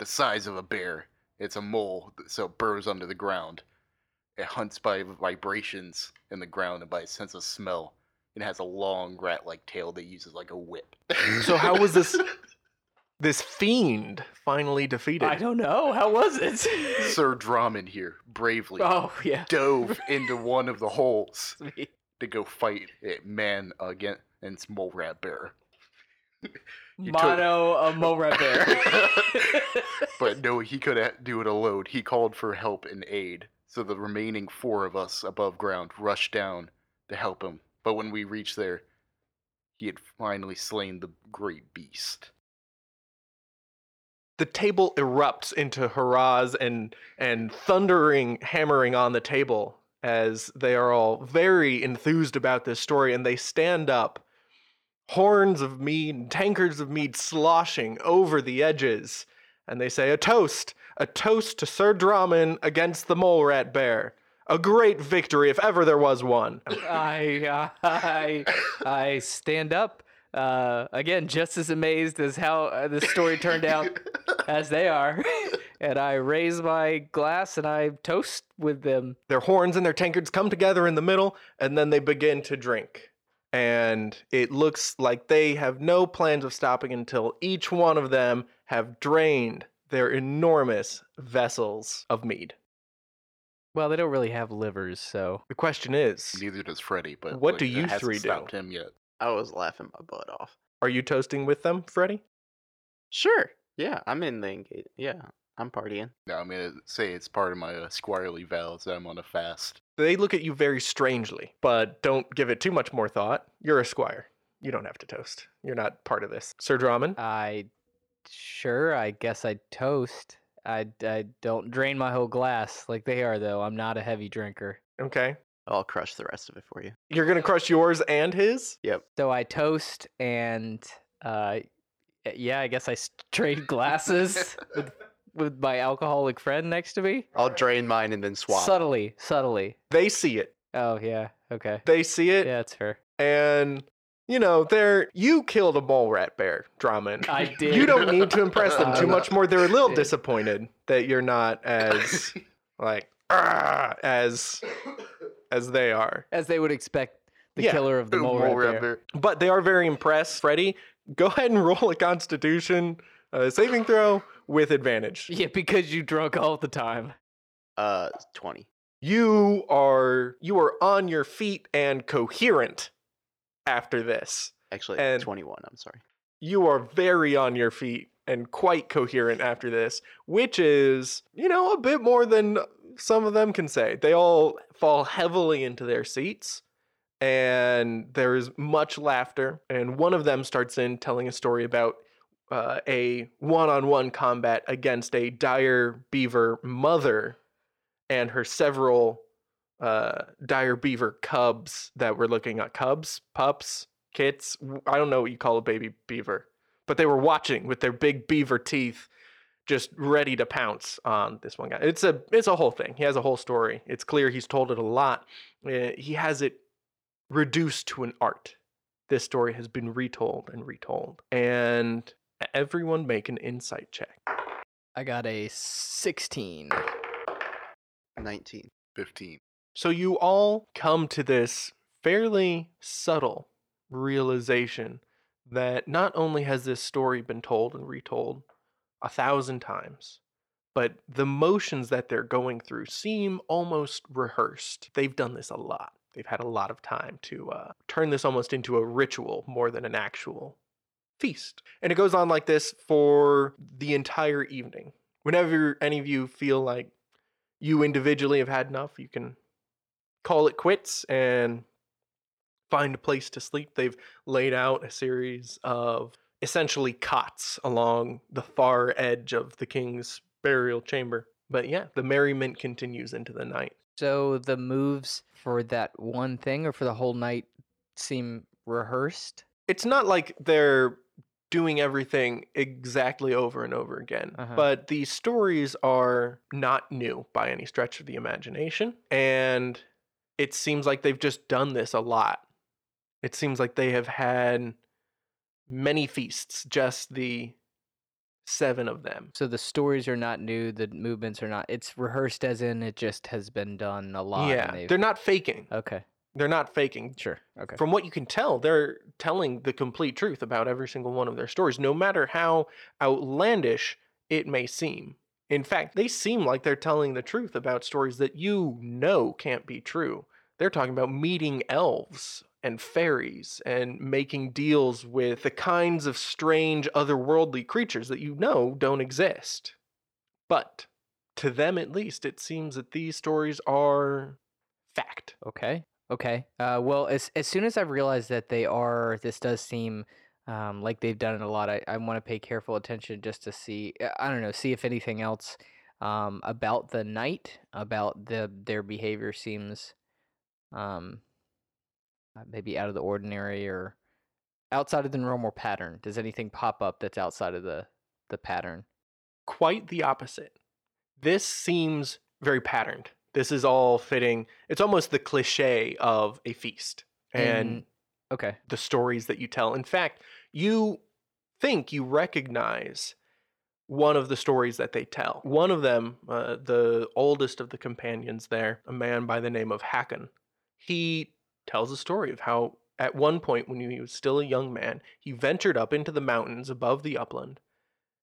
S3: the size of a bear. It's a mole, so it burrows under the ground. It hunts by vibrations in the ground and by a sense of smell. It has a long rat like tail that uses like a whip.
S1: So, how was this this fiend finally defeated?
S5: I don't know. How was it?
S3: Sir Drummond here bravely
S5: Oh yeah.
S3: dove into one of the holes
S5: It's me.
S3: to go fight it man against mole rat bear. You took-
S5: Mono a mole rat bear.
S3: But no, he couldn't do it alone. He called for help and aid. So the remaining four of us above ground rushed down to help him. But when we reached there, he had finally slain the great beast.
S1: the table erupts into hurrahs and and thundering hammering on the table as they are all very enthused about this story and they stand up horns of mead and tankards of mead sloshing over the edges and they say a toast a toast to sir draman against the mole rat bear a great victory if ever there was one
S5: I, uh, I, I stand up uh, again, just as amazed as how uh, this story turned out as they are, and I raise my glass and I toast with them.
S1: their horns and their tankards come together in the middle and then they begin to drink and it looks like they have no plans of stopping until each one of them have drained their enormous vessels of mead
S5: Well, they don't really have livers, so
S1: the question is
S3: Neither does Freddy, but
S1: What
S3: like,
S1: do
S3: that
S1: you
S3: hasn't
S1: three do?
S3: stopped him yet.
S2: I was laughing my butt off.
S1: are you toasting with them freddy
S2: Sure. Yeah, I'm in the engage. Yeah, I'm partying.
S3: Now I'm gonna uh, say it's part of my uh, squirely vows that I'm on a fast.
S1: they look at you very strangely but don't give it too much more thought you're a squire you don't have to toast you're not part of this sir drummond
S5: I, sure, I guess I toast. I, I don't drain my whole glass like they are, though. I'm not a heavy drinker.
S1: okay
S2: I'll crush the rest of it for you.
S1: you're gonna crush yours and his
S5: So I toast and, uh, yeah, I guess I s- trade glasses with with my alcoholic friend next to me?
S2: I'll drain mine and then swap.
S5: Subtly, subtly.
S1: They see it.
S5: Oh yeah, okay.
S1: They see it,
S5: Yeah, it's fair.
S1: and you know they're you killed a mole rat bear, Drummond.
S5: I did.
S1: You don't need to impress them
S5: Oh, I
S1: too
S5: know.
S1: much more. They're a little
S5: Dude.
S1: disappointed that you're not as like "Ah," as as they are,
S5: as they would expect the
S1: Yeah.
S5: killer of the mole
S3: Mole
S5: rat
S3: rat
S5: bear.
S3: bear.
S1: but they are very impressed. Freddie, go ahead and roll a Constitution uh, saving throw with advantage.
S5: Yeah, because you drunk all the time.
S2: Uh, twenty.
S1: you are you are on your feet and coherent after this
S2: Actually,
S1: And-
S2: twenty-one. I'm sorry.
S1: you are very on your feet and quite coherent after this which is you know a bit more than some of them can say they all fall heavily into their seats and there is much laughter and one of them starts in telling a story about uh, a one-on-one combat against a dire beaver mother and her several uh, dire beaver cubs that were looking at cubs pups kits w- i don't know what you call a baby beaver but they were watching with their big beaver teeth just ready to pounce on this one guy it's a it's a whole thing he has a whole story it's clear he's told it a lot Uh, he has it reduced to an art this story has been retold and retold and e-, everyone make an insight check
S5: I got a sixteen.
S2: Nineteen.
S3: 15.
S1: So you all come to this fairly subtle realization that not only has this story been told and retold a thousand times, but the motions that they're going through seem almost rehearsed. They've done this a lot. They've had a lot of time to uh, turn this almost into a ritual more than an actual feast. And it goes on like this for the entire evening. Whenever any of you feel like you individually have had enough, you can call it quits and find a place to sleep. They've laid out a series of essentially cots along the far edge of the king's burial chamber. But yeah, the merriment continues into the night.
S5: So the moves for that one thing or for the whole night seem rehearsed.
S1: It's not like they're doing everything exactly over and over again,
S5: Uh-huh.
S1: but the stories are not new by any stretch of the imagination. And it seems like they've just done this a lot. It seems like they have had many feasts, just the seven of them.
S5: So the stories are not new. The movements are not. It's rehearsed, as in it just has been done a lot. and
S1: Yeah,
S5: they've- Uh,
S1: they're not faking.
S5: okay.
S1: They're not faking.
S5: Sure. Okay.
S1: From what you can tell, they're telling the complete truth about every single one of their stories, no matter how outlandish it may seem. In fact, they seem like they're telling the truth about stories that you know can't be true. They're talking about meeting elves and fairies and making deals with the kinds of strange otherworldly creatures that you know don't exist. But to them, at least, it seems that these stories are fact.
S5: Okay. Okay. Uh, well, as as soon as I realize that they are, this does seem um, like they've done it a lot. I, I want to pay careful attention just to see. uh, I don't know. See if anything else um, about the night, about the their behavior seems um, uh, maybe out of the ordinary or outside of the normal pattern. Does anything pop up that's outside of the the pattern?
S1: quite the opposite. This seems very patterned. This is all fitting. It's almost the cliche of a feast and
S5: And- Okay.
S1: the stories that you tell. In fact, you think you recognize one of the stories that they tell. One of them, uh, the oldest of the companions there, a man by the name of Hakon, he tells a story of how at one point when he was still a young man, he ventured up into the mountains above the upland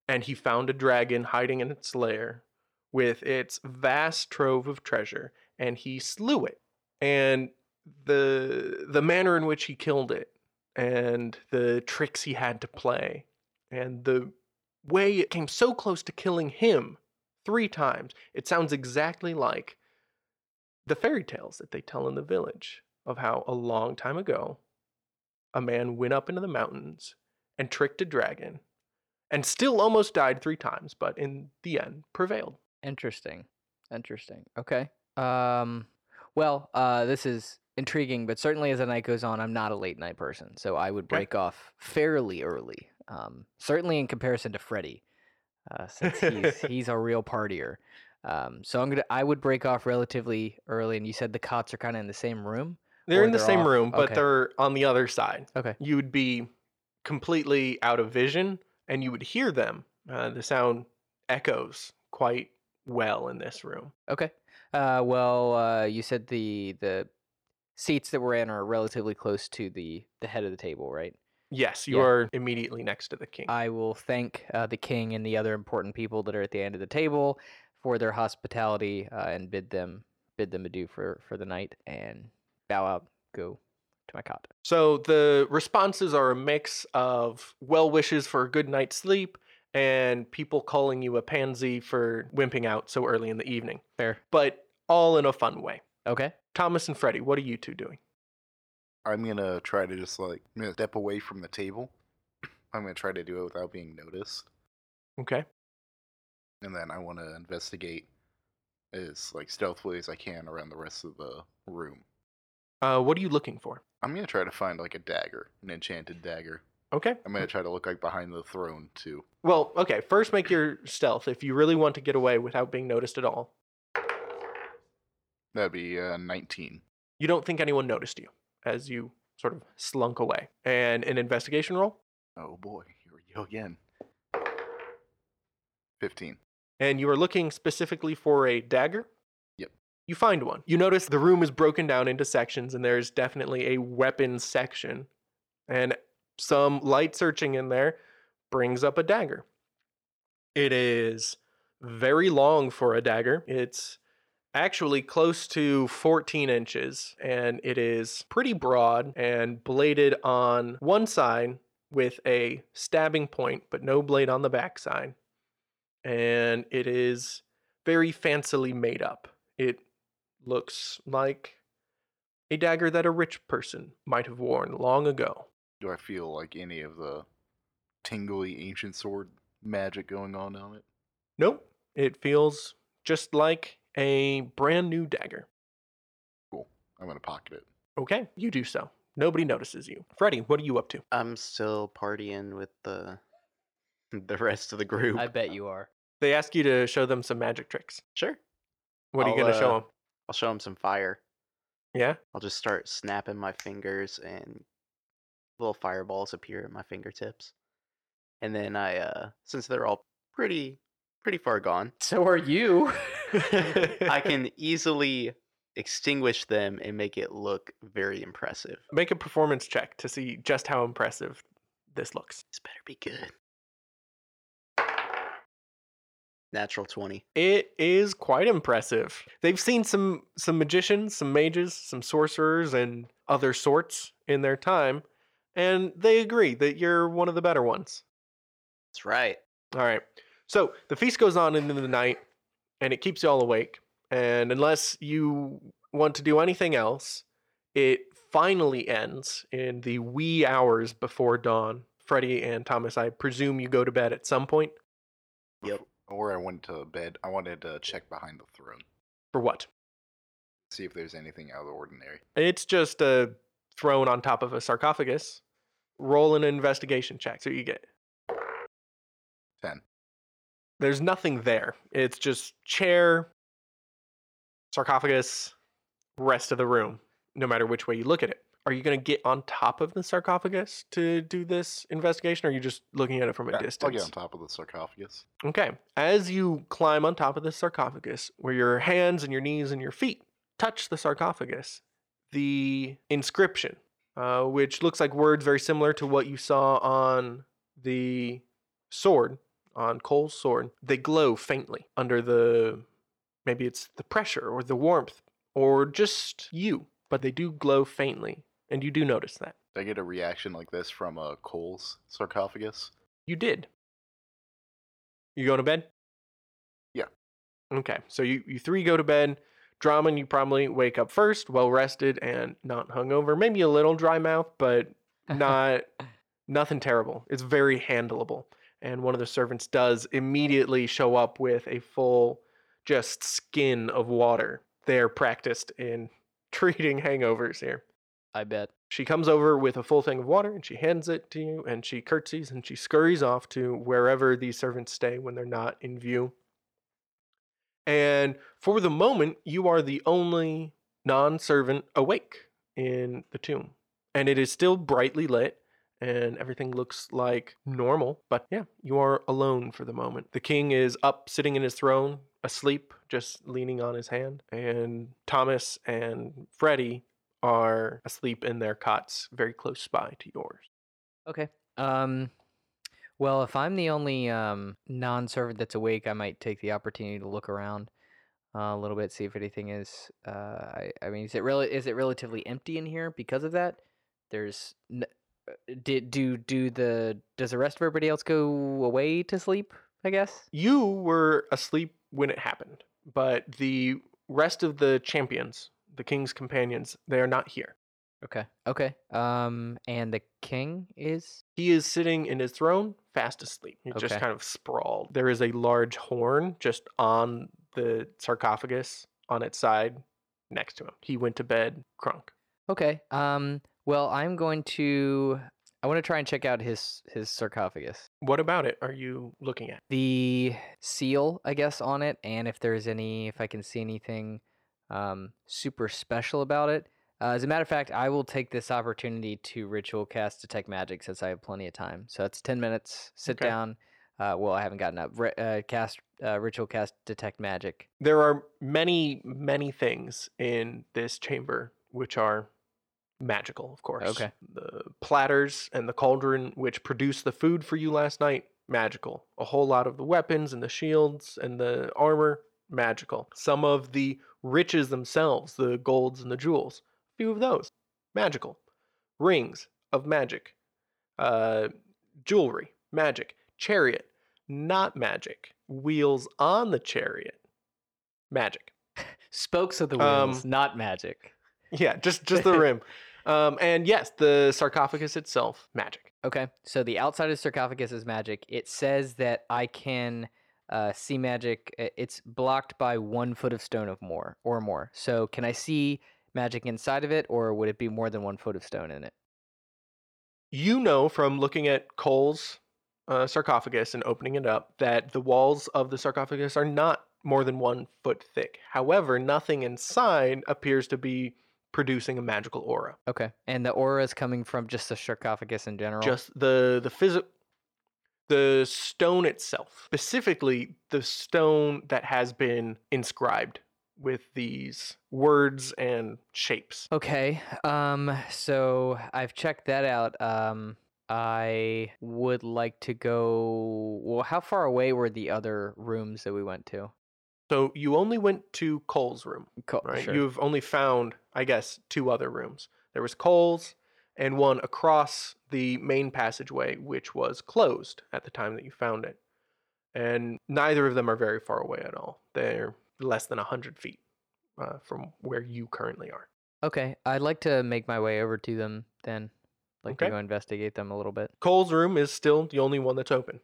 S1: and he found a dragon hiding in its lair with its vast trove of treasure and he slew it. And the the manner in which he killed it and the tricks he had to play and the way it came so close to killing him three times it sounds exactly like the fairy tales that they tell in the village of how a long time ago a man went up into the mountains and tricked a dragon and still almost died three times but in the end prevailed
S5: Interesting. Interesting. Okay. Um well, uh this is intriguing, but certainly as the night goes on, I'm not a late night person, so I would
S1: Okay.
S5: break off fairly early. Um certainly in comparison to Freddy. uh, since he's he's a real partier. Um, so I'm gonna I would break off relatively early. And you said the cots are kind of in the same room.
S1: They're
S5: Or
S1: in the
S5: they're
S1: same
S5: off.
S1: room, but
S5: Okay.
S1: they're on the other side.
S5: Okay.
S1: You would be completely out of vision and you would hear them. Uh, the sound echoes quite well in this room.
S5: Okay. Uh, well, uh, you said the the seats that we're in are relatively close to the the head of the table, right?
S1: Yes, you
S5: Yeah.
S1: are immediately next to the king.
S5: I will thank uh, the king and the other important people that are at the end of the table for their hospitality uh, and bid them bid them adieu for for the night and bow out, go to my cot.
S1: So the responses are a mix of well wishes for a good night's sleep and people calling you a pansy for wimping out so early in the evening,
S5: Fair.
S1: but all in a fun way.
S5: Okay.
S1: Thomas and Freddie, what are you two doing?
S3: I'm gonna try to just like I'm gonna step away from the table. I'm gonna try to do it without being noticed,
S1: Okay.
S3: and then I want to investigate as like stealthily as I can around the rest of the room.
S1: Uh, what are you looking for?
S3: I'm gonna try to find like a dagger, an enchanted dagger.
S1: Okay.
S3: I'm gonna try to look like behind the throne too.
S1: Well, okay. First, make your stealth if you really want to get away without being noticed at all.
S3: That'd be uh, 19.
S1: You don't think anyone noticed you as you sort of slunk away. And an investigation roll,
S3: Oh boy, here we go again. 15.
S1: and you are looking specifically for a dagger.
S3: Yep.
S1: You find one. You notice the room is broken down into sections, and there's definitely a weapons section. And some light searching in there brings up a dagger. It is very long for a dagger. It's actually close to 14 inches, and it is pretty broad and bladed on one side with a stabbing point, but no blade on the backside. And it is very fancily made up. It looks like a dagger that a rich person might have worn long ago.
S3: Do I feel like any of the tingly ancient sword magic going on on it?
S1: Nope, it feels just like a brand new dagger.
S3: I'm gonna pocket it.
S1: Okay, you do so. Nobody notices you. Freddy, what are you up to?
S2: I'm still partying with the the rest of the group.
S5: I bet you are.
S1: They ask you to show them some magic tricks.
S2: Sure.
S1: What are you
S2: I'll,
S1: going to show 'em? show
S2: uh,
S1: them?
S2: I'll show them some fire.
S1: Yeah?
S2: I'll just start snapping my fingers and little fireballs appear at my fingertips. And then I uh since they're all pretty pretty far gone,
S5: So are you.
S2: I can easily extinguish them and make it look very impressive.
S1: Make a performance check to see just how impressive this looks.
S2: This better be good. Natural 20.
S1: It is quite impressive. They've seen some some magicians, some mages, some sorcerers, and other sorts in their time, and they agree that you're one of the better ones.
S2: That's right.
S1: All right. So the feast goes on into the night, and it keeps you all awake. And unless you want to do anything else, it finally ends in the wee hours before dawn. Freddie and Thomas, I presume you go to bed at some point.
S2: Yep.
S3: Or I went to bed. I wanted to check behind the throne,
S1: For what?
S3: see if there's anything out of the ordinary.
S1: It's just a throne on top of a sarcophagus. Roll an investigation check. So you get
S3: 10.
S1: there's nothing there. It's just chair, sarcophagus, rest of the room, no matter which way you look at it. Are you going to get on top of the sarcophagus to do this investigation, or are you just looking at it from a
S3: Yeah, I'll
S1: distance?
S3: get on top of the sarcophagus.
S1: Okay. As you climb on top of the sarcophagus, where your hands and your knees and your feet touch the sarcophagus, the inscription, uh, which looks like words very similar to what you saw on the sword, on Cole's sword, they glow faintly under the maybe it's the pressure or the warmth or just you, but they do glow faintly. And you do notice that.
S3: Did I get a reaction like this from uh, Cole's sarcophagus?
S1: You did. You going to bed?
S3: Yeah.
S1: Okay. So you, you three go to bed. Draman, you probably wake up first, well rested and not hungover. Maybe a little dry mouth, but not nothing terrible. It's very handleable. And one of the servants does immediately show up with a full just skin of water. They're practiced in treating hangovers here.
S5: I bet.
S1: She comes over with a full thing of water and she hands it to you and she curtsies and she scurries off to wherever the servants stay when they're not in view. And for the moment, you are the only non servant awake in the tomb. And it is still brightly lit and everything looks like normal. But yeah, you are alone for the moment. The king is up sitting in his throne, asleep, just leaning on his hand. And Thomas and Freddy are asleep in their cots very close by to yours.
S5: Okay. Um, well, if I'm the only um, non-servant that's awake, I might take the opportunity to look around uh, a little bit, see if anything is. Uh, I, I mean, is it really is it relatively empty in here because of that? There's n- did do do the does the rest of everybody else go away to sleep? I guess.
S1: You were asleep when it happened, but the rest of the champions, the king's companions, they are not here.
S5: Okay. Okay. Um, and the king is
S1: He is sitting in his throne, fast asleep. He just
S5: Okay.
S1: kind of sprawled. There is a large horn just on the sarcophagus on its side next to him. He went to bed crunk.
S5: okay. Um, well, I'm going to. I want to try and check out his his sarcophagus.
S1: What about it are you looking at?
S5: the seal, I guess, on it, and if there's any, if I can see anything um, super special about it. Uh, as a matter of fact, I will take this opportunity to ritual cast detect magic since I have plenty of time. So that's ten minutes. Sit
S1: Okay.
S5: down. Uh, well, I haven't gotten up. Ri- uh, cast uh, ritual cast detect magic.
S1: There are many, many things in this chamber which are magical, of course.
S5: Okay.
S1: The platters and the cauldron which produced the food for you last night, magical. A whole lot of the weapons and the shields and the armor, magical. Some of the riches themselves, the golds and the jewels, a few of those, magical. Rings of magic, uh, jewelry, magic. Chariot, not magic. Wheels on the chariot, magic.
S5: Spokes of the
S1: Um,
S5: wheels, not magic.
S1: Yeah, just just the rim. Um, and yes, the sarcophagus itself, magic.
S5: Okay, so the outside of the sarcophagus is magic. It says that I can uh, see magic. i- It's blocked by one foot of stone of more or more. So can I see magic inside of it, or would it be more than one foot of stone in it?
S1: You know from looking at Cole's uh, sarcophagus and opening it up that the walls of the sarcophagus are not more than one foot thick. However, nothing inside appears to be producing a magical aura.
S5: Okay, and the aura is coming from just the sarcophagus in general.
S1: Just the the physical. The stone itself, specifically the stone that has been inscribed with these words and shapes.
S5: Okay. Um so I've checked that out. Um I would like to go well how far away were the other rooms that we went to?
S1: So you only went to Cole's room,
S5: Co-
S1: right?
S5: sure.
S1: You've only found, I guess, two other rooms. There was Cole's and one across the main passageway, which was closed at the time that you found it. And neither of them are very far away at all. They're less than 100 feet uh, from where you currently are.
S5: Okay, I'd like to make my way over to them then. Like to
S1: Okay.
S5: go investigate them a little bit.
S1: Cole's room is still the only one that's open.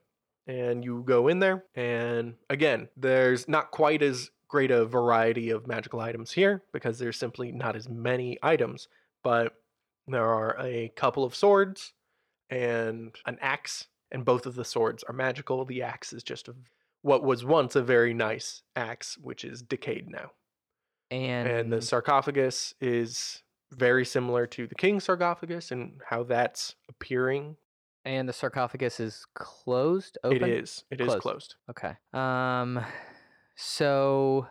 S1: And you go in there, and again, there's not quite as great a variety of magical items here because there's simply not as many items, but there are a couple of swords and an axe, and both of the swords are magical. The axe is just a, what was once a very nice axe, which is decayed now.
S5: And,
S1: And the sarcophagus is very similar to the king's sarcophagus and how that's appearing
S5: and the sarcophagus is closed open.
S1: It is. It is
S5: Closed.
S1: closed.
S5: Okay. Um so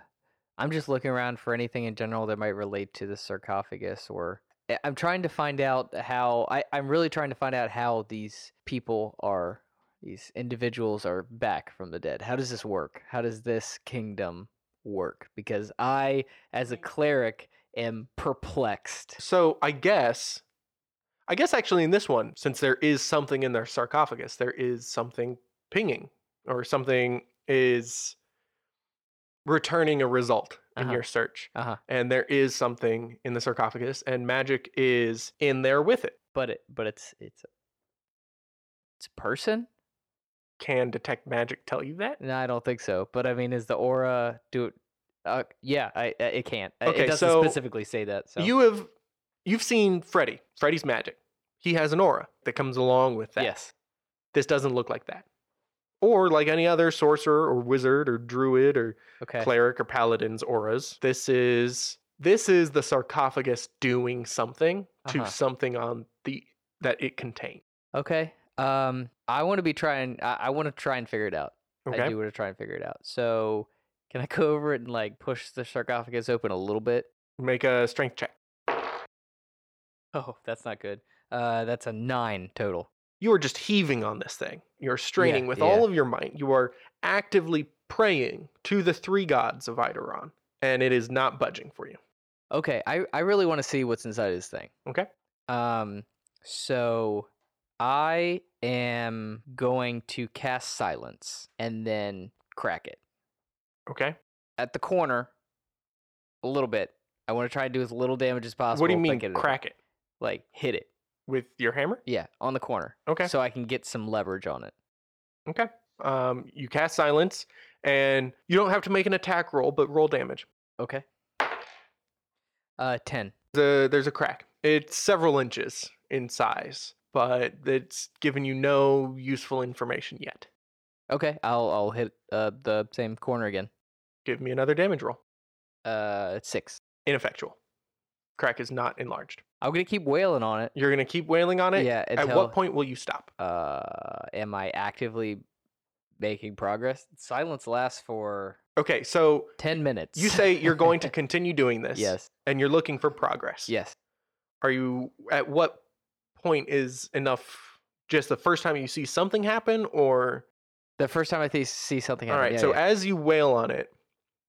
S5: I'm just looking around for anything in general that might relate to the sarcophagus or I- I'm trying to find out how I, I'm really trying to find out how these people are these individuals are back from the dead. How does this work? How does this kingdom work? Because I, as a cleric, am perplexed.
S1: So I guess, I guess actually in this one, since there is something in their sarcophagus, there is something pinging or something is returning a result in
S5: Uh-huh.
S1: your search.
S5: Uh-huh.
S1: And there is something in the sarcophagus, and magic is in there with it.
S5: But it but it's it's it's a person?
S1: Can detect magic tell you that?
S5: No, I don't think so. But I mean, is the aura do? Uh, yeah, I I- it can't. Uh,
S1: Okay,
S5: it doesn't
S1: so
S5: specifically say that. So
S1: You have You've seen Freddy. Freddy's magic. He has an aura that comes along with that.
S5: Yes.
S1: This doesn't look like that. Or like any other sorcerer or wizard or druid or
S5: Okay.
S1: cleric or paladin's auras. This is this is the sarcophagus doing something to
S5: Uh-huh.
S1: something on the that it contains.
S5: Okay. Um, I want to be trying. I, I want to try and figure it out. I
S1: Okay.
S5: do want to try and figure it out. So, can I go over it and like push the sarcophagus open a little bit?
S1: Make a strength check.
S5: Oh, that's not good. Uh, that's a nine total.
S1: You are just heaving on this thing. You're straining with all
S5: yeah.
S1: of your might. You are actively praying to the three gods of Eidoron, and it is not budging for you.
S5: Okay, I, I really want to see what's inside this thing.
S1: Okay.
S5: Um, so I am going to cast silence and then crack it
S1: Okay.
S5: at the corner a little bit. I want to try and do as little damage as possible.
S1: what do you
S5: but
S1: mean
S5: get it open.
S1: crack it
S5: Like hit it.
S1: with your hammer?
S5: Yeah, on the corner.
S1: Okay.
S5: So I can get some leverage on it.
S1: Um, you cast silence, and you don't have to make an attack roll, but roll damage.
S5: Okay. Uh, ten.
S1: the there's a crack. It's several inches in size, but it's given you no useful information yet.
S5: Okay, I'll I'll hit uh the same corner again.
S1: Give me another damage roll.
S5: Uh, it's six.
S1: Ineffectual. Crack is not enlarged.
S5: I'm gonna keep wailing on it.
S1: You're gonna keep wailing on it.
S5: yeah.
S1: At
S5: Until,
S1: what point will you stop?
S5: uh, am I actively making progress? Silence lasts for
S1: Okay, so
S5: 10 minutes.
S1: you say you're going to continue doing this,
S5: yes,
S1: and you're looking for progress.
S5: yes.
S1: Are you at what point is enough? Just the first time you see something happen, or
S5: The first time I thi- see something
S1: All
S5: happen.
S1: right.
S5: yeah,
S1: so
S5: yeah.
S1: as you wail on it,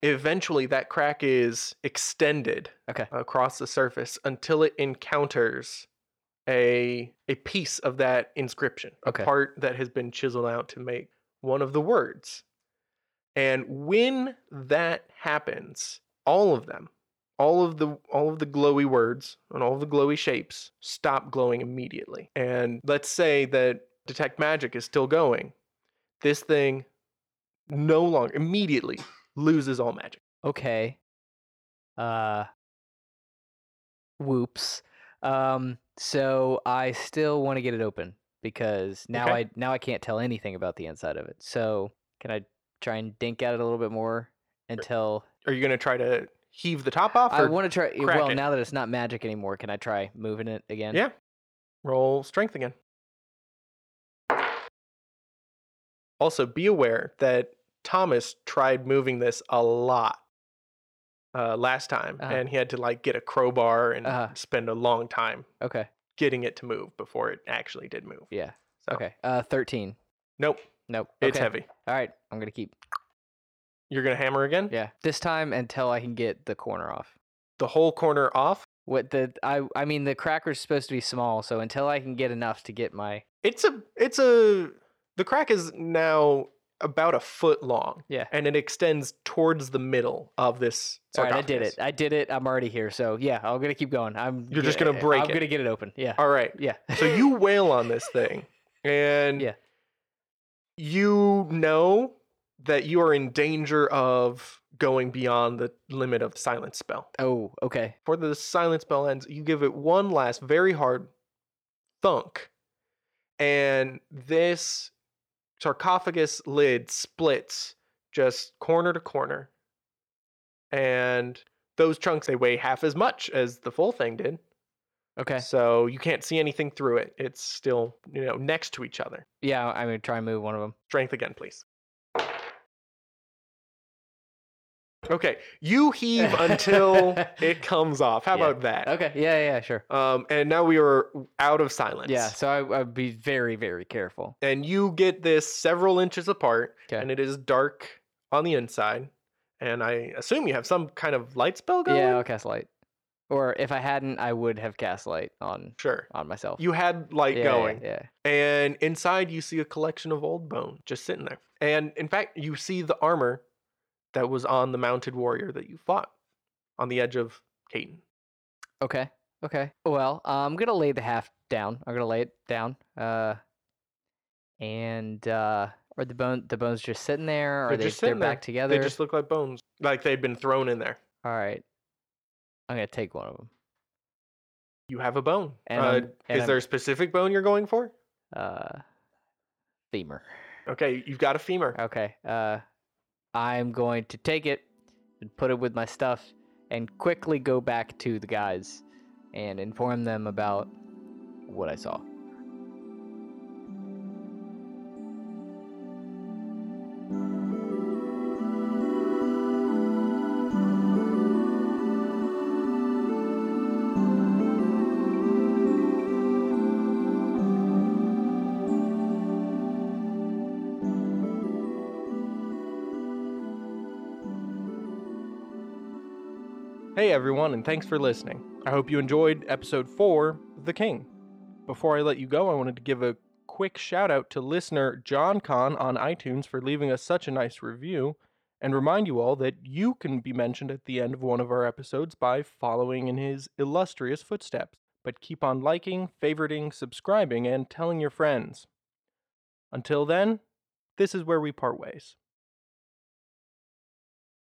S1: eventually that crack is extended
S5: Okay.
S1: across the surface until it encounters a a piece of that inscription,
S5: Okay.
S1: a part that has been chiseled out to make one of the words. And when that happens, all of them, all of the all of the glowy words and all of the glowy shapes stop glowing immediately. And let's say that detect magic is still going. This thing no longer immediately loses all magic.
S5: okay. Uh, whoops. Um, so I still want to get it open because now
S1: Okay.
S5: I now I can't tell anything about the inside of it. So can I try and dink at it a little bit more until
S1: Are you going to try to heave the top off
S5: I
S1: or
S5: want to try? eh,
S1: crack
S5: Well,
S1: it.
S5: now that it's not magic anymore, can I try moving it again?
S1: Yeah. roll strength again? Also, be aware that Thomas tried moving this a lot uh, last time,
S5: Uh-huh.
S1: and he had to like get a crowbar and
S5: Uh-huh.
S1: spend a long time
S5: Okay.
S1: getting it to move before it actually did move.
S5: Yeah.
S1: So,
S5: Okay. Uh, thirteen.
S1: Nope,
S5: Nope.
S1: it's
S5: okay.
S1: heavy.
S5: All right, I'm gonna keep.
S1: You're gonna hammer again.
S5: Yeah, this time until I can get the corner off.
S1: The whole corner off.
S5: What the I I mean the cracker's supposed to be small, so until I can get enough to get my
S1: It's a it's a the crack is now about a foot long.
S5: Yeah.
S1: And it extends towards the middle of this.
S5: All right, I did
S1: sarcophagus.
S5: it. I did it. I'm already here. So yeah, I'm gonna keep going. I'm
S1: You're just
S5: yeah,
S1: gonna break
S5: I'm
S1: it.
S5: gonna get it open. Yeah.
S1: All right.
S5: Yeah.
S1: So you wail on this thing and
S5: Yeah.
S1: you know that you are in danger of going beyond the limit of the silence spell.
S5: Oh, okay.
S1: Before the silence spell ends, you give it one last very hard thunk. And this sarcophagus lid splits just corner to corner. And those chunks, they weigh half as much as the full thing did.
S5: Okay.
S1: So you can't see anything through it. It's still, you know, next to each other.
S5: Yeah, I'm gonna try and move one of them.
S1: Strength again, please. Okay, you heave until it comes off. How
S5: Yeah.
S1: about that?
S5: Okay. Yeah. Yeah. yeah, Sure.
S1: Um, and now we are out of silence.
S5: Yeah. So I I'd be very very careful.
S1: And you get this several inches apart,
S5: Okay.
S1: and it is dark on the inside. And I assume you have some kind of light spell going.
S5: Yeah. I'll cast light. Or if I hadn't, I would have cast light on
S1: Sure.
S5: on myself.
S1: You had light
S5: yeah, yeah,
S1: going.
S5: Yeah.
S1: And inside, you see a collection of old bone just sitting there. And in fact, you see the armor that was on the mounted warrior that you fought on the edge of Caton.
S5: Okay. Okay. Well, uh, I'm gonna lay the half down. I'm gonna lay it down. Uh, and uh, are the bone the bones just sitting there? Are
S1: They're
S5: they
S1: just
S5: they're
S1: sitting there.
S5: back together?
S1: They just look like bones, like they've been thrown in there.
S5: All right. I'm gonna take one of them.
S1: You have a bone.
S5: And
S1: Uh,
S5: I'm- and
S1: is there
S5: I'm-
S1: a specific bone you're going for?
S5: Uh, femur.
S1: Okay, you've got a femur.
S5: Okay. Uh, I'm going to take it and put it with my stuff and quickly go back to the guys and inform them about what I saw.
S1: Hey everyone, and thanks for listening. I hope you enjoyed episode 4, The King. Before I let you go, I wanted to give a quick shout out to listener John Con on iTunes for leaving us such a nice review, and remind you all that you can be mentioned at the end of one of our episodes by following in his illustrious footsteps. But keep on liking, favoriting, subscribing, and telling your friends. Until then, this is where we part ways.